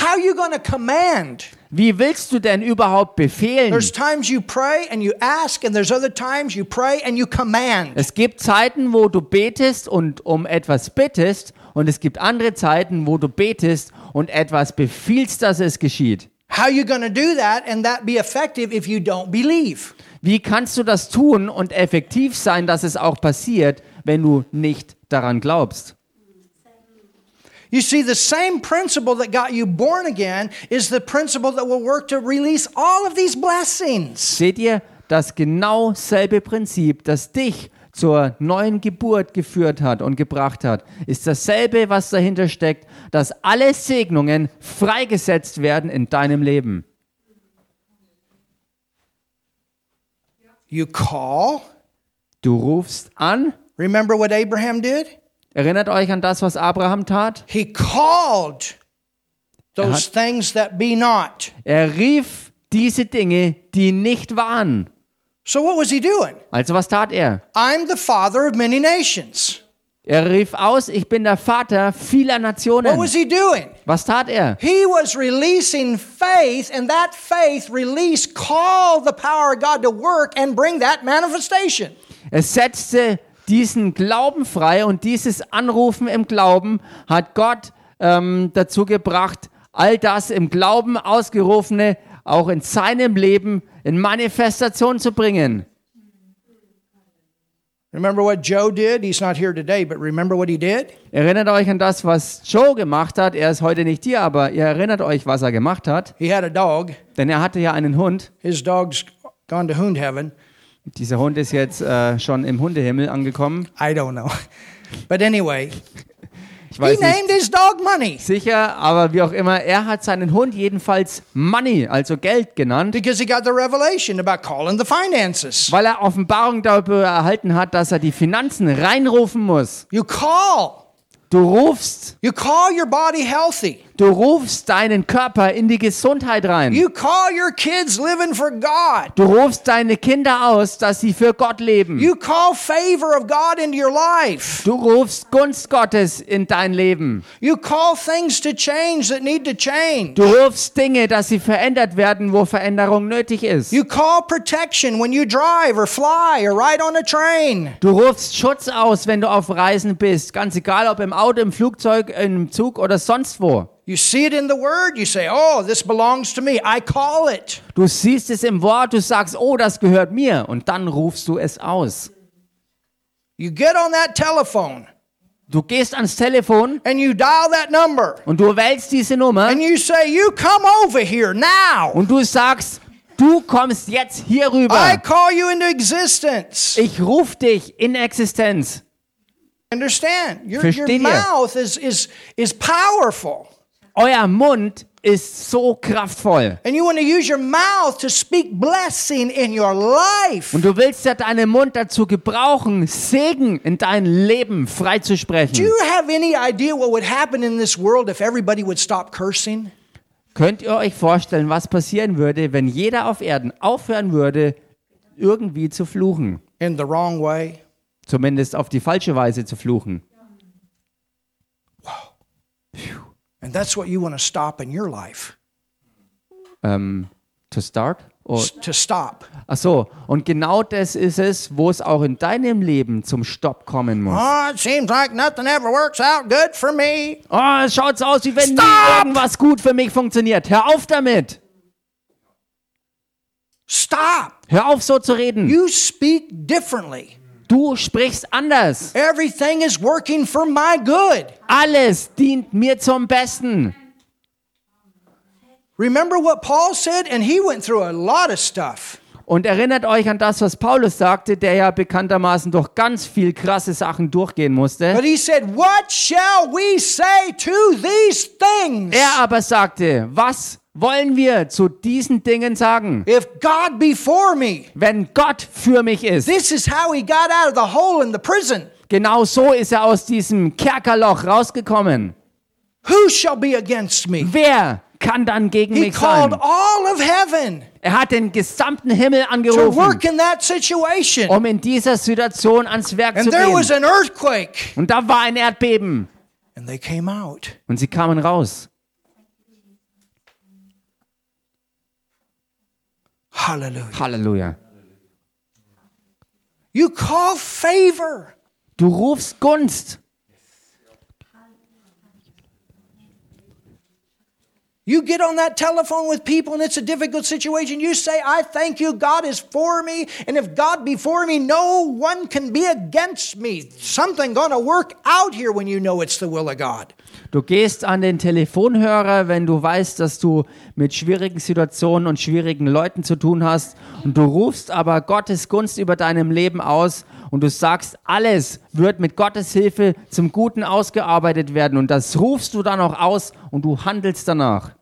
Speaker 2: How are you going to command?
Speaker 1: Wie willst du denn überhaupt befehlen?
Speaker 2: There's times you pray and you ask, and there's other times you pray and you command.
Speaker 1: Es gibt Zeiten, wo du betest und um etwas bittest, und es gibt andere Zeiten, wo du betest und etwas befiehlst, dass es geschieht.
Speaker 2: How are you going to do that and that be effective if you don't believe?
Speaker 1: Wie kannst du das tun und effektiv sein, dass es auch passiert, wenn du nicht daran glaubst?
Speaker 2: You see, the same principle that got you born again is the principle that will work to release all of these blessings.
Speaker 1: Seht ihr, das genau selbe Prinzip, das dich zur neuen Geburt geführt hat und gebracht hat, ist dasselbe, was dahinter steckt, dass alle Segnungen freigesetzt werden in deinem Leben.
Speaker 2: You call.
Speaker 1: Du rufst an,
Speaker 2: Remember what Abraham did?
Speaker 1: erinnert euch an das, was Abraham tat?
Speaker 2: He called those things that be not.
Speaker 1: Er rief diese Dinge, die nicht waren.
Speaker 2: So, what was he doing?
Speaker 1: Also was tat er?
Speaker 2: I'm the father of many nations.
Speaker 1: Er rief aus, ich bin der Vater vieler
Speaker 2: What
Speaker 1: Nationen.
Speaker 2: was he doing?
Speaker 1: Was tat er?
Speaker 2: He was releasing faith, and that faith release called the power of God to work and bring that manifestation.
Speaker 1: Er setzte diesen Glauben frei und dieses Anrufen im Glauben hat Gott ähm, dazu gebracht, all das im Glauben ausgerufene auch in seinem Leben in Manifestation zu bringen.
Speaker 2: Remember what Joe did? He's not here today, but remember what he did?
Speaker 1: Erinnert euch an das, was Joe gemacht hat. Er ist heute nicht hier, aber ihr erinnert euch, was er gemacht hat.
Speaker 2: He had a dog.
Speaker 1: Denn er hatte ja einen Hund.
Speaker 2: His dog's gone to hound heaven.
Speaker 1: Dieser Hund ist jetzt äh, schon im Hundehimmel angekommen.
Speaker 2: I don't know. But anyway,
Speaker 1: Ich
Speaker 2: he
Speaker 1: weiß nicht
Speaker 2: named his dog Money
Speaker 1: sicher, aber wie auch immer, er hat seinen Hund jedenfalls Money, also Geld genannt,
Speaker 2: because he got the revelation about calling the finances.
Speaker 1: weil er Offenbarung darüber erhalten hat, dass er die Finanzen reinrufen muss.
Speaker 2: You call.
Speaker 1: Du rufst,
Speaker 2: You call your body healthy.
Speaker 1: du rufst deinen Körper in die Gesundheit rein.
Speaker 2: You call your kids living for God.
Speaker 1: Du rufst deine Kinder aus, dass sie für Gott leben.
Speaker 2: You call favor of God into your life.
Speaker 1: Du rufst Gunst Gottes in dein Leben.
Speaker 2: You call things to change that need to change.
Speaker 1: Du rufst Dinge, dass sie verändert werden, wo Veränderung nötig ist.
Speaker 2: You call protection when you drive or fly or ride on a train.
Speaker 1: Du rufst Schutz aus, wenn du auf Reisen bist. Ganz egal, ob im Auto, im Flugzeug, im Zug oder sonst wo.
Speaker 2: You see it in the Word. You say, Oh, this belongs to me. I call it.
Speaker 1: Du siehst es im Wort, du sagst, oh, das gehört mir. Und dann rufst du es aus.
Speaker 2: You get on that telephone
Speaker 1: Du gehst ans Telefon
Speaker 2: and you dial that number
Speaker 1: und du wählst diese Nummer
Speaker 2: and you say, You come over here now.
Speaker 1: und du sagst, du kommst jetzt hier
Speaker 2: I
Speaker 1: rüber.
Speaker 2: call you into existence.
Speaker 1: Ich rufe dich in Existenz.
Speaker 2: Understand? Your, your
Speaker 1: Verstehe.
Speaker 2: mouth is, is, is powerful.
Speaker 1: Euer Mund ist so kraftvoll.
Speaker 2: And you want to use your mouth to speak blessing in your life.
Speaker 1: Und du willst ja deinen Mund dazu gebrauchen, Segen in dein Leben
Speaker 2: Do
Speaker 1: freizusprechen.
Speaker 2: you have any idea what would happen in this world if everybody would stop cursing?
Speaker 1: Könnt ihr euch vorstellen, was passieren würde, wenn jeder auf Erden aufhören würde, irgendwie zu fluchen?
Speaker 2: in the wrong way.
Speaker 1: Zumindest auf die falsche Weise zu fluchen.
Speaker 2: And that's what you want to stop in your life.
Speaker 1: Ähm, to start? Or,
Speaker 2: s- To stop.
Speaker 1: ach so, und genau das ist es, wo es auch in deinem Leben zum Stopp kommen muss.
Speaker 2: Oh, it seems like nothing ever works out good for me.
Speaker 1: Oh, es schaut so aus, wie wenn nie
Speaker 2: Stop!
Speaker 1: irgendwas gut für mich funktioniert. Hör auf damit!
Speaker 2: Stop.
Speaker 1: Hör auf so zu reden.
Speaker 2: You speak differently.
Speaker 1: Du sprichst anders.
Speaker 2: Everything is working for my good.
Speaker 1: Alles dient mir zum Besten.
Speaker 2: Remember what Paul said? And he went through a lot of stuff.
Speaker 1: Und erinnert euch an das, was Paulus sagte, der ja bekanntermaßen durch ganz viel krasse Sachen durchgehen musste.
Speaker 2: But he said, What shall we say to these things?
Speaker 1: Er aber sagte, was wollen wir zu diesen Dingen sagen?
Speaker 2: If God be for me,
Speaker 1: Wenn Gott für mich ist.
Speaker 2: this is how he got out of the hole in the prison.
Speaker 1: Genau so ist er aus diesem Kerkerloch rausgekommen.
Speaker 2: Who shall be against me?
Speaker 1: Wer kann dann gegen
Speaker 2: He
Speaker 1: mich
Speaker 2: called
Speaker 1: sein?
Speaker 2: all of heaven
Speaker 1: Er hat den gesamten Himmel
Speaker 2: to work
Speaker 1: angerufen,
Speaker 2: in that situation.
Speaker 1: um in dieser Situation ans Werk zu
Speaker 2: And there was
Speaker 1: gehen.
Speaker 2: an earthquake,
Speaker 1: Und da war ein Erdbeben.
Speaker 2: and they came out.
Speaker 1: Und sie kamen raus.
Speaker 2: Hallelujah.
Speaker 1: Halleluja.
Speaker 2: You call favor.
Speaker 1: Du rufst Gunst.
Speaker 2: You get on that telephone with people and it's a difficult situation. You say, I thank you, God is for me. And if God be for me, no one can be against me. Something gonna work out here when you know it's the will of God.
Speaker 1: Du gehst an den Telefonhörer, wenn du weißt, dass du mit schwierigen Situationen und schwierigen Leuten zu tun hast. Und du rufst aber Gottes Gunst über deinem Leben aus und du sagst, alles wird mit Gottes Hilfe zum Guten ausgearbeitet werden. Und das rufst du dann auch aus und du handelst danach.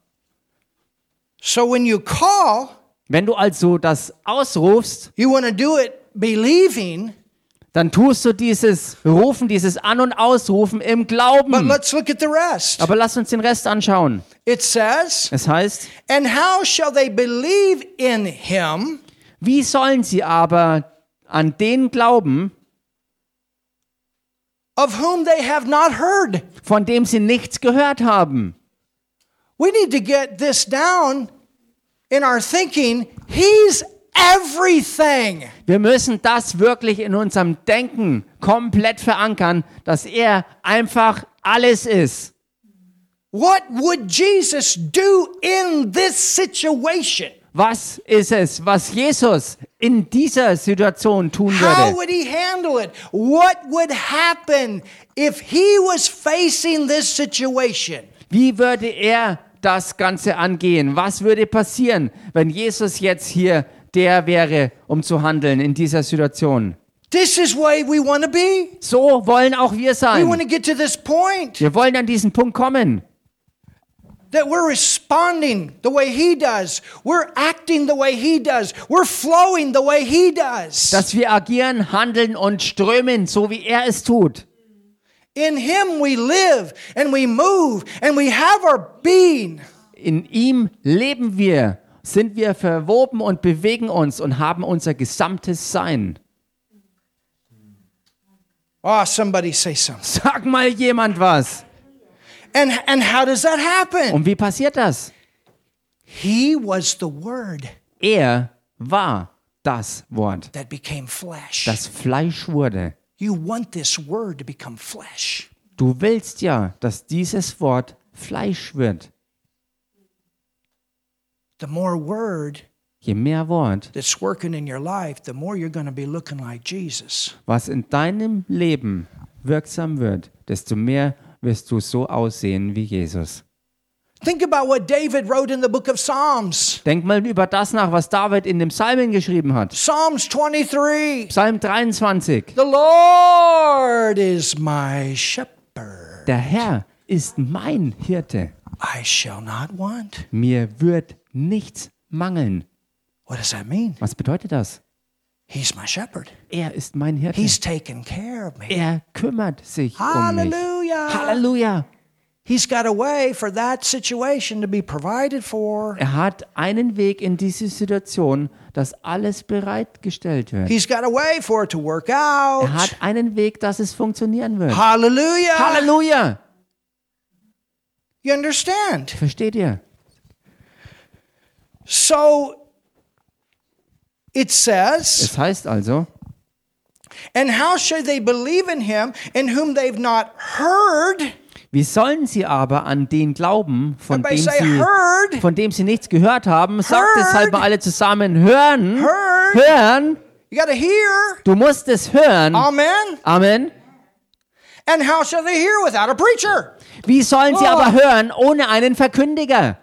Speaker 2: So when you call,
Speaker 1: Wenn du also das ausrufst,
Speaker 2: you wanna do it believing.
Speaker 1: dann tust du dieses Rufen, dieses An- und Ausrufen im
Speaker 2: But
Speaker 1: Glauben.
Speaker 2: let's look at the rest.
Speaker 1: Aber lass uns den Rest anschauen.
Speaker 2: It says,
Speaker 1: Es heißt,
Speaker 2: And how shall they believe in him
Speaker 1: Wie sollen sie aber an den glauben,
Speaker 2: of whom they have not heard?
Speaker 1: von dem sie nichts gehört haben?
Speaker 2: We need to get this down in our thinking. He's everything.
Speaker 1: Wir müssen das wirklich in unserem Denken komplett verankern, dass er einfach alles ist.
Speaker 2: What would Jesus do in this situation?
Speaker 1: Was ist es, was Jesus in dieser Situation tun
Speaker 2: How
Speaker 1: würde?
Speaker 2: would he handle it? What would happen if he was facing this situation?
Speaker 1: Wie würde er das Ganze angehen? Was würde passieren, wenn Jesus jetzt hier der wäre, um zu handeln in dieser Situation?
Speaker 2: This is where we want to be.
Speaker 1: So wollen auch wir
Speaker 2: We
Speaker 1: sein.
Speaker 2: want to get to this point
Speaker 1: Wir wollen an diesen Punkt kommen,
Speaker 2: that we're responding the way he does. We're acting the way he does. We're flowing the way he does.
Speaker 1: dass wir agieren, handeln und strömen, so wie er es tut.
Speaker 2: In him we live and we move and we have our being.
Speaker 1: In ihm leben wir, sind wir verwoben und bewegen uns und haben unser gesamtes Sein.
Speaker 2: Ah, somebody say something.
Speaker 1: Sag mal jemand was.
Speaker 2: And and how does that happen?
Speaker 1: Und wie passiert das?
Speaker 2: He was the word
Speaker 1: Er war das Wort,
Speaker 2: that became flesh.
Speaker 1: das Fleisch wurde.
Speaker 2: You want this word to become flesh.
Speaker 1: Du willst ja, dass dieses Wort Fleisch wird.
Speaker 2: The more word
Speaker 1: Je mehr Wort,
Speaker 2: that's working in your life, the more you're going to be looking like Jesus.
Speaker 1: was in deinem Leben wirksam wird, desto mehr wirst du so aussehen wie Jesus.
Speaker 2: Think about what David wrote in the book of Psalms.
Speaker 1: Denk mal über das nach, was David in dem Psalmen geschrieben hat.
Speaker 2: Psalms 23.
Speaker 1: Psalm 23.
Speaker 2: The Lord is my shepherd.
Speaker 1: Der Herr ist mein Hirte.
Speaker 2: I shall not want.
Speaker 1: Mir wird nichts mangeln.
Speaker 2: What does that mean?
Speaker 1: Was bedeutet das?
Speaker 2: He's my shepherd.
Speaker 1: Er ist mein Hirte.
Speaker 2: He's taking care of me.
Speaker 1: Er kümmert sich um mich.
Speaker 2: Hallelujah.
Speaker 1: Halleluja.
Speaker 2: He's got a way for that situation to be provided for.
Speaker 1: Er hat einen Weg in diese Situation, dass alles bereitgestellt wird.
Speaker 2: He's got a way for it to work out.
Speaker 1: Er hat einen Weg, dass es funktionieren wird.
Speaker 2: Hallelujah.
Speaker 1: Halleluja.
Speaker 2: You understand?
Speaker 1: Versteht ihr?
Speaker 2: So it says,
Speaker 1: Es heißt also,
Speaker 2: and how shall they believe in him in whom they've not heard?
Speaker 1: wie sollen sie aber an den glauben, von
Speaker 2: Everybody
Speaker 1: dem
Speaker 2: say
Speaker 1: sie,
Speaker 2: heard.
Speaker 1: von dem sie nichts gehört haben? Sagt
Speaker 2: Heard.
Speaker 1: deshalb mal alle zusammen, hören,
Speaker 2: Heard.
Speaker 1: hören,
Speaker 2: You got to hear.
Speaker 1: du musst es hören.
Speaker 2: Amen.
Speaker 1: Amen.
Speaker 2: And how shall they hear without a preacher?
Speaker 1: Wie sollen sie
Speaker 2: Oh.
Speaker 1: aber hören ohne einen Verkündiger?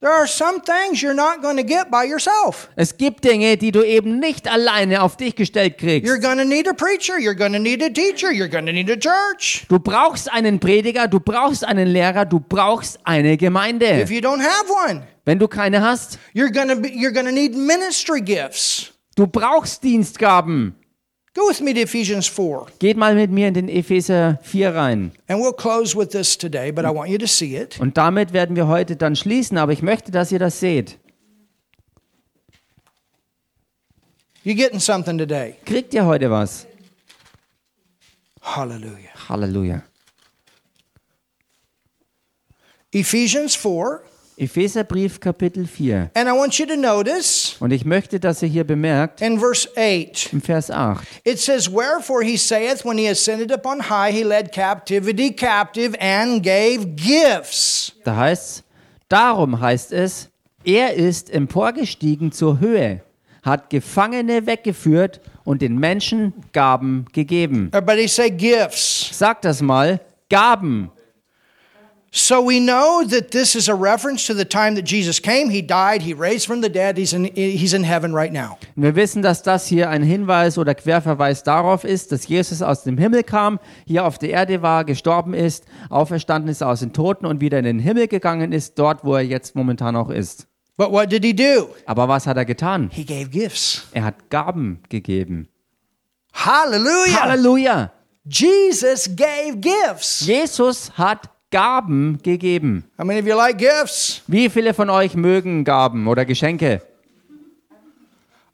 Speaker 2: There are some things you're not going to get by yourself.
Speaker 1: Es gibt Dinge, die du eben nicht alleine auf dich gestellt kriegst.
Speaker 2: You're going to need a preacher. You're going to need a teacher. You're going to need a church.
Speaker 1: Du brauchst einen Prediger, du brauchst einen Lehrer, du brauchst eine Gemeinde.
Speaker 2: If you don't have one,
Speaker 1: Wenn du keine hast,
Speaker 2: you're going to be, you're going to need ministry gifts.
Speaker 1: du brauchst Dienstgaben.
Speaker 2: Go with me to Ephesians 4.
Speaker 1: Geht mal mit mir in den Epheser 4 rein.
Speaker 2: And we'll close with this today, but I want you to see it.
Speaker 1: Und damit werden wir heute dann schließen, aber ich möchte, dass ihr das seht.
Speaker 2: You're getting something today.
Speaker 1: Kriegt ihr heute was?
Speaker 2: Hallelujah.
Speaker 1: Halleluja.
Speaker 2: Ephesians 4.
Speaker 1: Epheserbrief Kapitel 4.
Speaker 2: And I want you to notice
Speaker 1: Und ich möchte, dass ihr hier bemerkt,
Speaker 2: in verse 8,
Speaker 1: im Vers 8,
Speaker 2: it says, Wherefore he saith, When he ascended up on high, he led captivity captive and gave gifts.
Speaker 1: da heißt darum heißt es, er ist emporgestiegen zur Höhe, hat Gefangene weggeführt und den Menschen Gaben gegeben.
Speaker 2: Everybody say gifts.
Speaker 1: Sagt das mal, Gaben.
Speaker 2: So we know that this is a reference to the time that Jesus came. He died, he raised from the dead, he's in, he's in heaven right now.
Speaker 1: Und wir wissen, dass das hier ein Hinweis oder Querverweis darauf ist, dass Jesus aus dem Himmel kam, hier auf der Erde war, gestorben ist, auferstanden ist aus den Toten und wieder in den Himmel gegangen ist, dort, wo er jetzt momentan auch ist.
Speaker 2: But what did he do?
Speaker 1: Aber was hat er getan?
Speaker 2: He gave gifts.
Speaker 1: Er hat Gaben gegeben.
Speaker 2: Hallelujah.
Speaker 1: Halleluja!
Speaker 2: Jesus gave gifts.
Speaker 1: Jesus hat Gaben gegeben.
Speaker 2: How many of you like gifts?
Speaker 1: Wie viele von euch mögen Gaben oder Geschenke?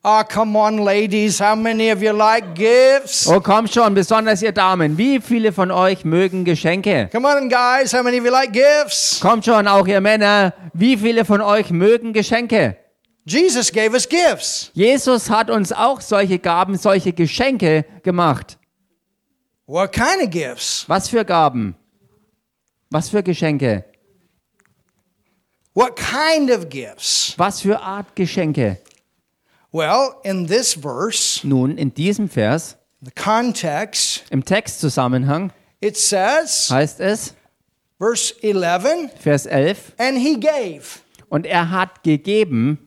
Speaker 2: Ah, come on, ladies. How many of you like gifts?
Speaker 1: Oh, komm schon, besonders ihr Damen. Wie viele von euch mögen Geschenke?
Speaker 2: Come on, guys. How many of you like gifts?
Speaker 1: Kommt schon, auch ihr Männer. Wie viele von euch mögen Geschenke?
Speaker 2: Jesus gave us gifts.
Speaker 1: Jesus hat uns auch solche Gaben, solche Geschenke gemacht.
Speaker 2: What kind of gifts?
Speaker 1: Was für Gaben? Was für Geschenke?
Speaker 2: What kind of gifts?
Speaker 1: Was für Art Geschenke?
Speaker 2: Well, in this verse,
Speaker 1: Nun, in diesem Vers,
Speaker 2: the context,
Speaker 1: im Textzusammenhang,
Speaker 2: it says,
Speaker 1: heißt es,
Speaker 2: verse 11,
Speaker 1: Vers 11,
Speaker 2: and he gave.
Speaker 1: und er hat gegeben,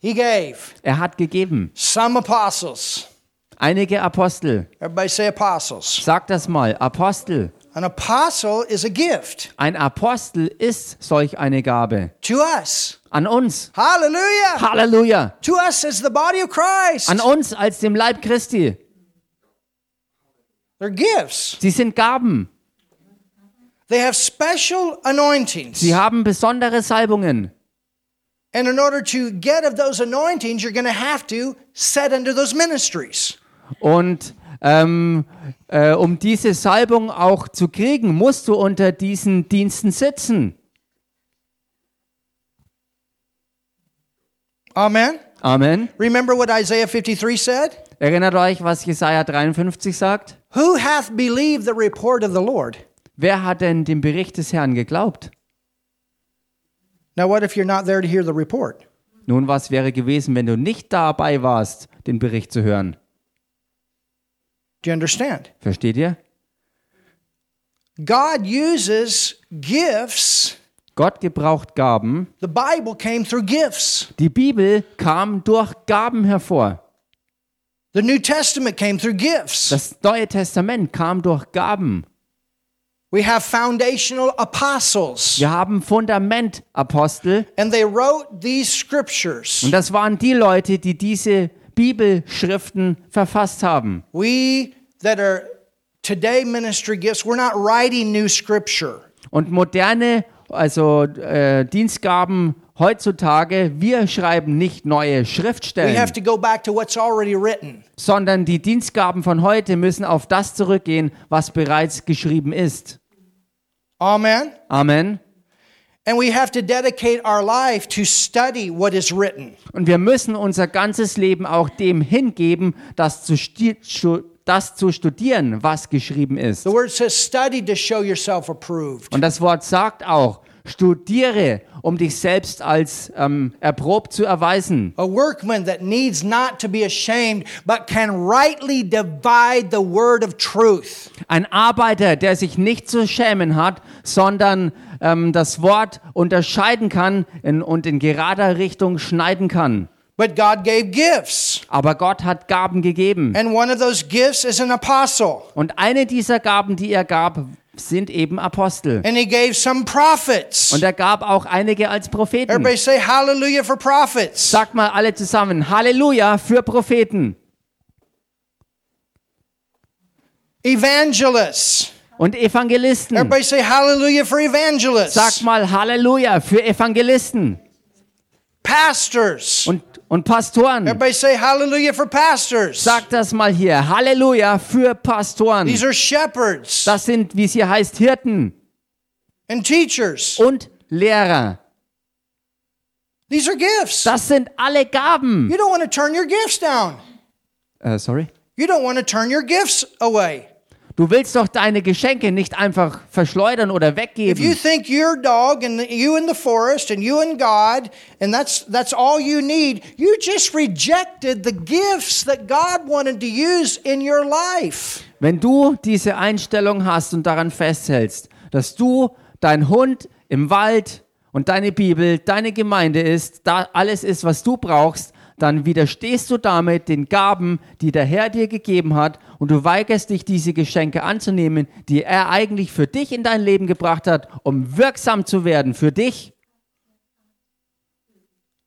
Speaker 2: He gave
Speaker 1: er hat gegeben.
Speaker 2: some apostles.
Speaker 1: Einige Apostel,
Speaker 2: Everybody say apostles.
Speaker 1: sag das mal, Apostel.
Speaker 2: An apostle is a gift
Speaker 1: Ein Apostel ist solch eine Gabe.
Speaker 2: to us.
Speaker 1: An uns.
Speaker 2: Hallelujah.
Speaker 1: Halleluja.
Speaker 2: to us as the body of Christ.
Speaker 1: An uns als dem Leib Christi.
Speaker 2: They're gifts.
Speaker 1: Sie sind Gaben.
Speaker 2: They have special anointings.
Speaker 1: Sie haben besondere Salbungen.
Speaker 2: And in order to get of those anointings, you're going to have to set under those ministries.
Speaker 1: Und ähm, äh, um diese Salbung auch zu kriegen, musst du unter diesen Diensten sitzen.
Speaker 2: Amen.
Speaker 1: Amen.
Speaker 2: Remember what Isaiah 53 said?
Speaker 1: Erinnert euch, was Jesaja 53 sagt?
Speaker 2: Who hath believed the report of the Lord?
Speaker 1: Wer hat denn dem Bericht des Herrn geglaubt?
Speaker 2: Now, what if you're not there to hear the report?
Speaker 1: Nun, was wäre gewesen, wenn du nicht dabei warst, den Bericht zu hören?
Speaker 2: Do you understand?
Speaker 1: Versteht ihr?
Speaker 2: God uses gifts.
Speaker 1: Gott gebraucht Gaben.
Speaker 2: The Bible came through gifts.
Speaker 1: Die Bibel kam durch Gaben hervor.
Speaker 2: The New Testament came through gifts.
Speaker 1: Das Neue Testament kam durch Gaben.
Speaker 2: We have foundational apostles.
Speaker 1: Wir haben Fundamentapostel
Speaker 2: And they wrote these scriptures.
Speaker 1: und das waren die Leute, die diese Bibelschriften verfasst haben.
Speaker 2: We that are today ministry gifts, we're not writing new scripture.
Speaker 1: Und moderne, also äh, Dienstgaben heutzutage, wir schreiben nicht neue
Speaker 2: We
Speaker 1: Schriftstellen,
Speaker 2: have to go back to what's already written.
Speaker 1: sondern die Dienstgaben von heute müssen auf das zurückgehen, was bereits geschrieben ist.
Speaker 2: Amen.
Speaker 1: Amen.
Speaker 2: And we have to dedicate our life to study what is written.
Speaker 1: Und wir müssen unser ganzes Leben auch dem hingeben, das zu, sti- stu- das zu studieren, was geschrieben ist.
Speaker 2: The word says, study to show yourself approved.
Speaker 1: Und das Wort sagt auch, studiere, um dich selbst als ähm, erprobt zu erweisen.
Speaker 2: A workman that needs not to be ashamed, but can rightly divide the word of truth.
Speaker 1: Ein Arbeiter, der sich nicht zu schämen hat, sondern ähm, das Wort unterscheiden kann in, und in gerader Richtung schneiden kann.
Speaker 2: But God gave gifts.
Speaker 1: Aber Gott hat Gaben gegeben.
Speaker 2: And one of those gifts is an apostle.
Speaker 1: Und eine dieser Gaben, die er gab, sind eben Apostel.
Speaker 2: And he gave some prophets.
Speaker 1: Und er gab auch einige als Propheten.
Speaker 2: Everybody say hallelujah for prophets.
Speaker 1: Sagt mal alle zusammen, Halleluja für Propheten
Speaker 2: Evangelists.
Speaker 1: und Evangelisten.
Speaker 2: Everybody say hallelujah for evangelists.
Speaker 1: Sagt mal Halleluja für Evangelisten
Speaker 2: Pastors.
Speaker 1: und, und Pastoren.
Speaker 2: Everybody say hallelujah for pastors.
Speaker 1: Sagt das mal hier. Halleluja für Pastoren.
Speaker 2: These are shepherds
Speaker 1: Das sind, wie es hier heißt, Hirten
Speaker 2: and teachers.
Speaker 1: und Lehrer.
Speaker 2: These are gifts.
Speaker 1: Das sind alle Gaben.
Speaker 2: You don't want to turn your gifts down.
Speaker 1: Äh, sorry.
Speaker 2: You don't want to turn your gifts away.
Speaker 1: Du willst doch deine Geschenke nicht einfach verschleudern oder
Speaker 2: If you
Speaker 1: weggeben.
Speaker 2: think your dog and you in the forest and you and God and that's that's all you need, you just rejected the gifts that God wanted to use in your life.
Speaker 1: Wenn du diese Einstellung hast und daran festhältst, dass du dein Hund im Wald und deine Bibel, deine Gemeinde ist, da alles ist, was du brauchst, dann widerstehst du damit den Gaben, die der Herr dir gegeben hat, und du weigerst dich, diese Geschenke anzunehmen, die er eigentlich für dich in dein Leben gebracht hat, um wirksam zu werden für dich.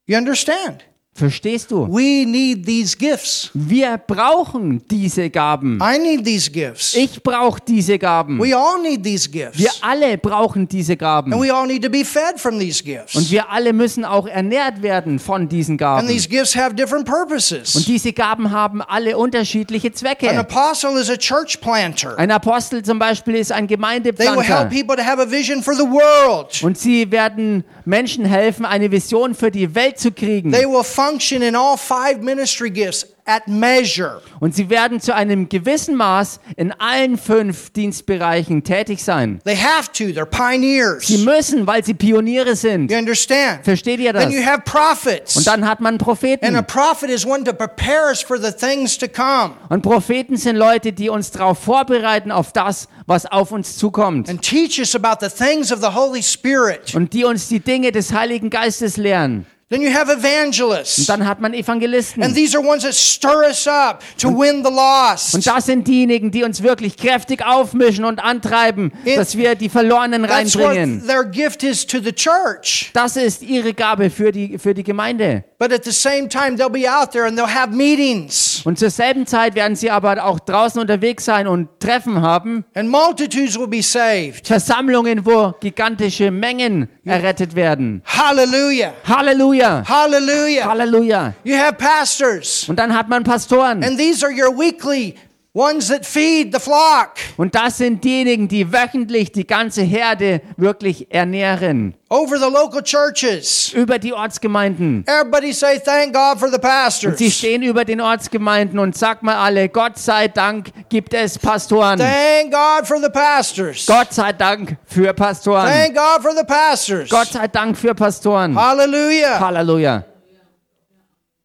Speaker 2: You understand?
Speaker 1: Verstehst du?
Speaker 2: We need these gifts.
Speaker 1: Wir brauchen diese Gaben.
Speaker 2: I need these gifts.
Speaker 1: Ich brauche diese Gaben.
Speaker 2: We all need these gifts.
Speaker 1: Wir alle brauchen diese Gaben.
Speaker 2: And we all need to be fed from these gifts.
Speaker 1: Und wir alle müssen auch ernährt werden von diesen Gaben.
Speaker 2: and these gifts have different
Speaker 1: Und
Speaker 2: purposes.
Speaker 1: diese Gaben haben alle unterschiedliche
Speaker 2: An
Speaker 1: Zwecke.
Speaker 2: apostle is a church planter.
Speaker 1: Ein Apostel zum Beispiel ist ein
Speaker 2: They will help
Speaker 1: Gemeindepflanzer.
Speaker 2: people to have a vision for the world.
Speaker 1: Und sie werden Menschen helfen, eine Vision für die Welt zu kriegen.
Speaker 2: They will function in all five ministry gifts at measure.
Speaker 1: Und sie werden zu einem gewissen Maß in allen fünf Dienstbereichen tätig sein.
Speaker 2: They have to, they're pioneers.
Speaker 1: Sie
Speaker 2: You
Speaker 1: müssen, weil sie Pioniere sind.
Speaker 2: understand?
Speaker 1: Versteht ihr das?
Speaker 2: Then you have prophets.
Speaker 1: Und dann hat man
Speaker 2: And a
Speaker 1: Propheten.
Speaker 2: prophet is one to prepare us for the things to come.
Speaker 1: Und Propheten sind Leute, die uns darauf vorbereiten, auf das, was auf uns zukommt.
Speaker 2: and teach us about the things of the Holy Spirit.
Speaker 1: Und die uns die Dinge des Heiligen Geistes lehren.
Speaker 2: Then you have evangelists.
Speaker 1: Und dann hat man Evangelisten.
Speaker 2: And these are ones that stir us up to win the
Speaker 1: Und
Speaker 2: lost.
Speaker 1: das sind diejenigen, die uns wirklich kräftig aufmischen und antreiben,
Speaker 2: It-
Speaker 1: dass wir die Verlorenen
Speaker 2: That's what
Speaker 1: reinbringen.
Speaker 2: their gift is to the church.
Speaker 1: Das ist ihre Gabe für die, für die Gemeinde.
Speaker 2: But at the same time, they'll be out there and they'll have meetings.
Speaker 1: Und zur selben Zeit werden sie aber auch draußen unterwegs sein und Treffen haben,
Speaker 2: And multitudes will be saved.
Speaker 1: Versammlungen, wo gigantische Mengen errettet werden.
Speaker 2: Hallelujah.
Speaker 1: Halleluja!
Speaker 2: Hallelujah.
Speaker 1: Halleluja!
Speaker 2: You have pastors.
Speaker 1: Und dann hat man Pastoren.
Speaker 2: And these are your weekly ones that feed the flock.
Speaker 1: Und das sind diejenigen, die wöchentlich die ganze Herde wirklich ernähren.
Speaker 2: Over the local churches.
Speaker 1: Über die Ortsgemeinden.
Speaker 2: Everybody say, thank God for the pastors.
Speaker 1: Sie stehen über den Ortsgemeinden und sagt mal alle, Gott sei Dank gibt es Pastoren.
Speaker 2: Thank God for the pastors.
Speaker 1: Gott sei Dank für Pastoren.
Speaker 2: Thank God for the pastors.
Speaker 1: Gott sei Dank für Pastoren.
Speaker 2: Hallelujah.
Speaker 1: Halleluja.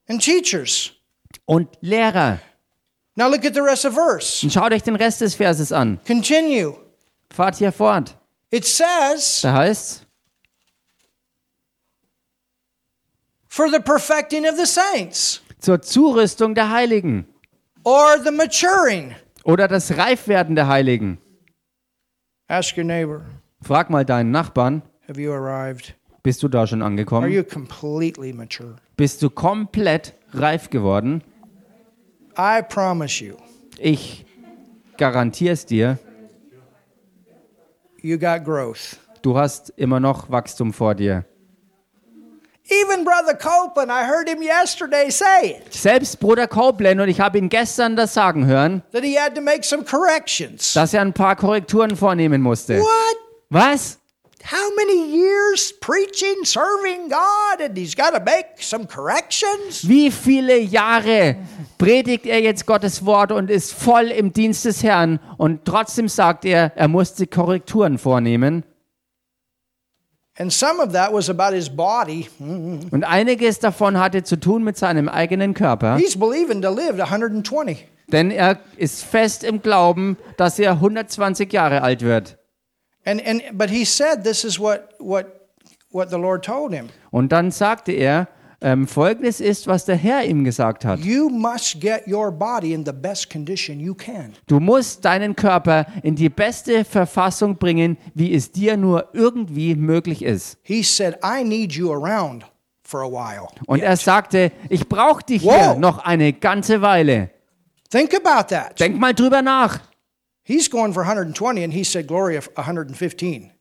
Speaker 2: and teachers.
Speaker 1: Und Lehrer.
Speaker 2: Now look at the rest of verse.
Speaker 1: Und schaut euch den Rest des Verses an.
Speaker 2: Continue.
Speaker 1: Fahrt hier fort.
Speaker 2: It says,
Speaker 1: Da heißt
Speaker 2: for the perfecting of the saints
Speaker 1: zur Zurüstung der Heiligen
Speaker 2: or the maturing.
Speaker 1: oder das Reifwerden der Heiligen.
Speaker 2: Ask your neighbor,
Speaker 1: Frag mal deinen Nachbarn,
Speaker 2: have you arrived?
Speaker 1: bist du da schon
Speaker 2: Are
Speaker 1: angekommen?
Speaker 2: you completely mature?
Speaker 1: Bist du komplett reif geworden?
Speaker 2: I promise you,
Speaker 1: Ich garantiere es dir,
Speaker 2: you got growth.
Speaker 1: du hast immer noch Wachstum vor dir.
Speaker 2: Even Brother Copeland, I heard him yesterday say it,
Speaker 1: Selbst Bruder Copeland und ich habe ihn gestern das sagen hören,
Speaker 2: that he had to make some corrections.
Speaker 1: dass er ein paar Korrekturen vornehmen musste.
Speaker 2: What?
Speaker 1: Was?
Speaker 2: How many years preaching, serving God, and he's got to make some corrections?
Speaker 1: Wie viele Jahre predigt er jetzt Gottes Wort und ist voll im Dienst des Herrn und trotzdem sagt er, er musste Korrekturen vornehmen.
Speaker 2: And some of that was about his body.
Speaker 1: Und einiges davon hatte zu tun mit seinem eigenen Körper,
Speaker 2: He's believing to live to 120.
Speaker 1: denn er ist fest im Glauben, dass er 120 Jahre alt wird.
Speaker 2: And and but he said this is what what what the Lord told him.
Speaker 1: Und dann sagte er, ähm, folgendes ist, was der Herr ihm gesagt hat.
Speaker 2: You must get your body in the best condition you can.
Speaker 1: Du musst deinen Körper in die beste Verfassung bringen, wie es dir nur irgendwie möglich ist.
Speaker 2: He said, I need you around for a while.
Speaker 1: Und er sagte, ich brauche dich
Speaker 2: Wow.
Speaker 1: hier noch eine ganze Weile.
Speaker 2: Think about that.
Speaker 1: Denk mal drüber nach.
Speaker 2: He's going for 120 and he said glory of 115.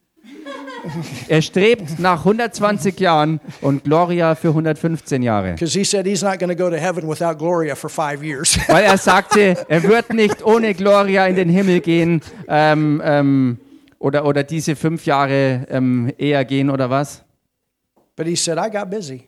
Speaker 1: Er strebt nach 120 Jahren und Gloria für 115 Jahre.
Speaker 2: Because he said he's not going to go to heaven without Gloria for five years.
Speaker 1: Weil er sagte, er wird nicht ohne Gloria in den Himmel gehen ähm, ähm, oder, oder diese fünf Jahre ähm, eher gehen oder was.
Speaker 2: but he said, I got busy.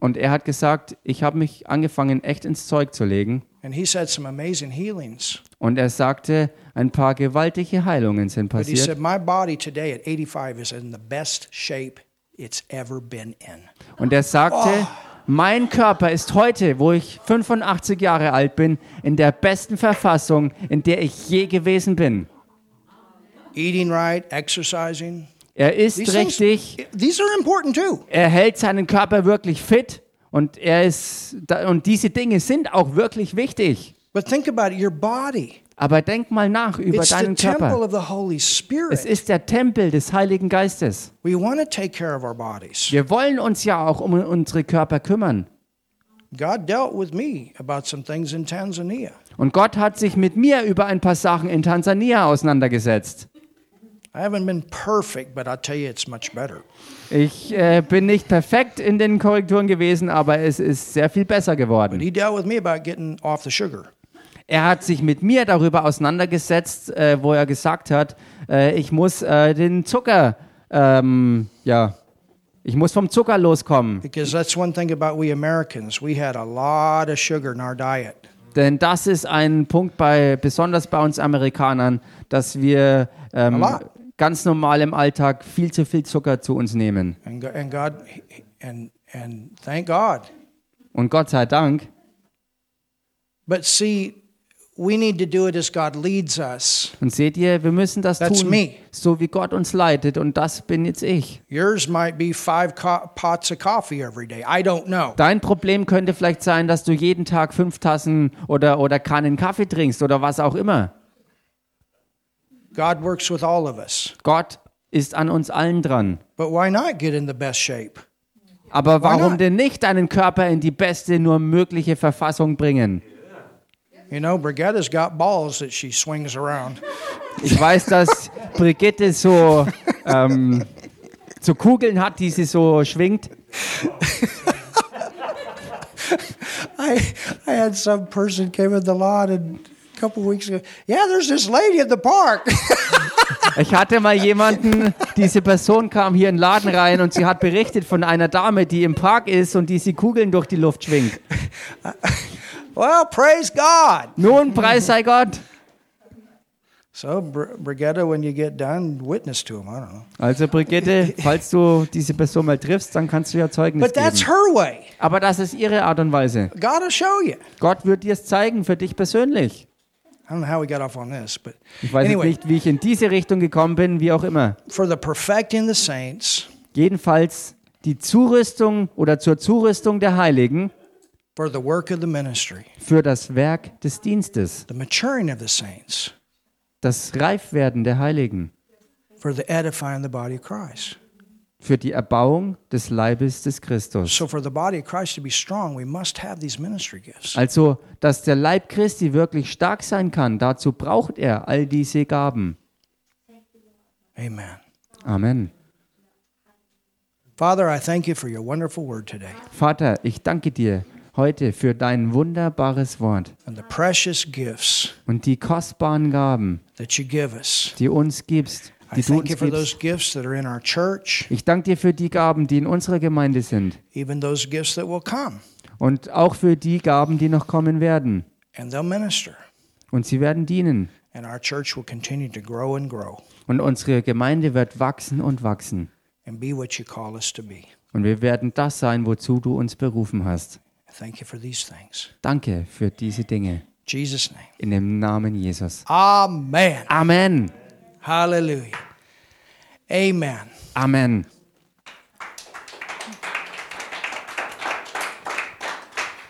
Speaker 1: Und er hat gesagt, ich habe mich angefangen, echt ins Zeug zu legen.
Speaker 2: And he's had some amazing healings.
Speaker 1: Und er sagte, ein paar gewaltige Heilungen sind
Speaker 2: But he
Speaker 1: passiert.
Speaker 2: said, My body today at 85 is in the best shape it's ever been in.
Speaker 1: Und er
Speaker 2: "Oh."
Speaker 1: sagte, mein Körper ist heute, wo ich 85 Jahre alt bin, in der besten Verfassung, in der ich je gewesen bin.
Speaker 2: Eating right, exercising.
Speaker 1: Er isst
Speaker 2: These, things-
Speaker 1: richtig,
Speaker 2: these are important too.
Speaker 1: er hält seinen Körper wirklich fit und er ist da, und diese Dinge sind auch wirklich wichtig.
Speaker 2: But think about it, your body.
Speaker 1: Aber denk mal nach über
Speaker 2: It's the
Speaker 1: deinen
Speaker 2: temple
Speaker 1: Körper.
Speaker 2: of the Holy
Speaker 1: Es
Speaker 2: Spirit.
Speaker 1: ist der Tempel des Heiligen Geistes.
Speaker 2: We want to take care of our bodies.
Speaker 1: Wir wollen uns ja auch um unsere Körper kümmern.
Speaker 2: God dealt with me about some things in Tanzania.
Speaker 1: Und Gott hat sich mit mir über ein paar Sachen in Tansania auseinandergesetzt.
Speaker 2: I haven't been perfect, but I'll tell you it's much better.
Speaker 1: Ich äh, bin nicht perfekt in den Korrekturen gewesen, aber es ist sehr viel besser geworden.
Speaker 2: He dealt with me about getting off the sugar.
Speaker 1: Er hat sich mit mir darüber auseinandergesetzt, äh, wo er gesagt hat, äh, ich muss äh, den Zucker, ähm, ja, Ich muss vom Zucker loskommen.
Speaker 2: Because that's one thing about we Americans. We had a lot of sugar in our diet.
Speaker 1: Denn das ist ein Punkt bei, besonders bei uns Amerikanern, dass wir ähm,
Speaker 2: A lot.
Speaker 1: ganz normal im Alltag viel zu viel Zucker zu uns nehmen.
Speaker 2: And, go- and God, and, and thank God.
Speaker 1: Und Gott sei Dank.
Speaker 2: But see, we need to do it as God leads us.
Speaker 1: Und seht ihr, wir müssen das
Speaker 2: That's
Speaker 1: tun,
Speaker 2: me.
Speaker 1: so wie Gott uns leitet. Und das bin jetzt ich.
Speaker 2: Yours might be five co- pots of coffee every day. I don't know.
Speaker 1: Dein Problem könnte vielleicht sein, dass du jeden Tag fünf Tassen oder, oder Kannen Kaffee trinkst oder was auch immer.
Speaker 2: God works with all of us.
Speaker 1: Gott ist an uns allen dran.
Speaker 2: But why not get in the best shape?
Speaker 1: Aber
Speaker 2: not?
Speaker 1: warum denn nicht deinen Körper in die beste nur mögliche Verfassung bringen?
Speaker 2: You know, Brigitta's got balls that she swings around.
Speaker 1: Ich weiß, dass Brigitte so, ähm, so Kugeln hat, die sie so schwingt.
Speaker 2: I I had some person came in the lot and a couple weeks ago. Yeah, there's this lady at the park.
Speaker 1: Ich hatte mal jemanden, diese Person kam hier in den Laden rein und sie hat berichtet von einer Dame, die im Park ist und die sie Kugeln durch die Luft schwingt.
Speaker 2: well, praise God.
Speaker 1: Nun, Preis sei Gott.
Speaker 2: So, Br- Brigitta, when you get done, witness to him. I don't know.
Speaker 1: Also Brigitte, falls du diese Person mal triffst, dann kannst du ja Zeugnis
Speaker 2: But that's
Speaker 1: geben.
Speaker 2: her way.
Speaker 1: Aber das ist ihre Art und Weise.
Speaker 2: God will show you.
Speaker 1: Gott wird dir es zeigen, für dich persönlich.
Speaker 2: I don't know how we got off on this, but
Speaker 1: Ich weiß jetzt
Speaker 2: anyway,
Speaker 1: nicht, wie ich in diese Richtung gekommen bin, wie auch immer.
Speaker 2: for the perfecting the saints,
Speaker 1: Jedenfalls die Zurüstung oder zur Zurüstung der Heiligen
Speaker 2: for the work of the ministry,
Speaker 1: für das Werk des Dienstes,
Speaker 2: the maturing of the saints,
Speaker 1: das Reifwerden der Heiligen,
Speaker 2: for the edifying the body of Christ.
Speaker 1: für die Erbauung des Leibes des Christus.
Speaker 2: So, for the body of Christ to be strong, we must have these ministry gifts.
Speaker 1: Also, dass der Leib Christi wirklich stark sein kann, dazu braucht er all diese Gaben.
Speaker 2: Amen.
Speaker 1: Amen.
Speaker 2: Father, I thank you for your wonderful word today
Speaker 1: Vater, ich danke dir heute für dein wunderbares Wort
Speaker 2: and the precious gifts
Speaker 1: und die kostbaren Gaben,
Speaker 2: that you give us.
Speaker 1: die uns gibst,
Speaker 2: I
Speaker 1: die du
Speaker 2: thank you
Speaker 1: uns
Speaker 2: for those
Speaker 1: gibst.
Speaker 2: gifts that are in our church,
Speaker 1: Ich danke dir für die Gaben, die in unserer Gemeinde sind
Speaker 2: even those gifts that will come
Speaker 1: und auch für die Gaben, die noch kommen werden.
Speaker 2: and they'll minister.
Speaker 1: Und sie werden dienen.
Speaker 2: And our church will continue to grow and grow
Speaker 1: Und unsere Gemeinde wird wachsen und wachsen.
Speaker 2: and be what you call us to be.
Speaker 1: Und wir werden das sein, wozu du uns berufen hast.
Speaker 2: Thank you for these things.
Speaker 1: Danke für diese Dinge.
Speaker 2: In Jesus' name.
Speaker 1: In dem Namen Jesus.
Speaker 2: Amen.
Speaker 1: Amen.
Speaker 2: Hallelujah. Amen.
Speaker 1: Amen.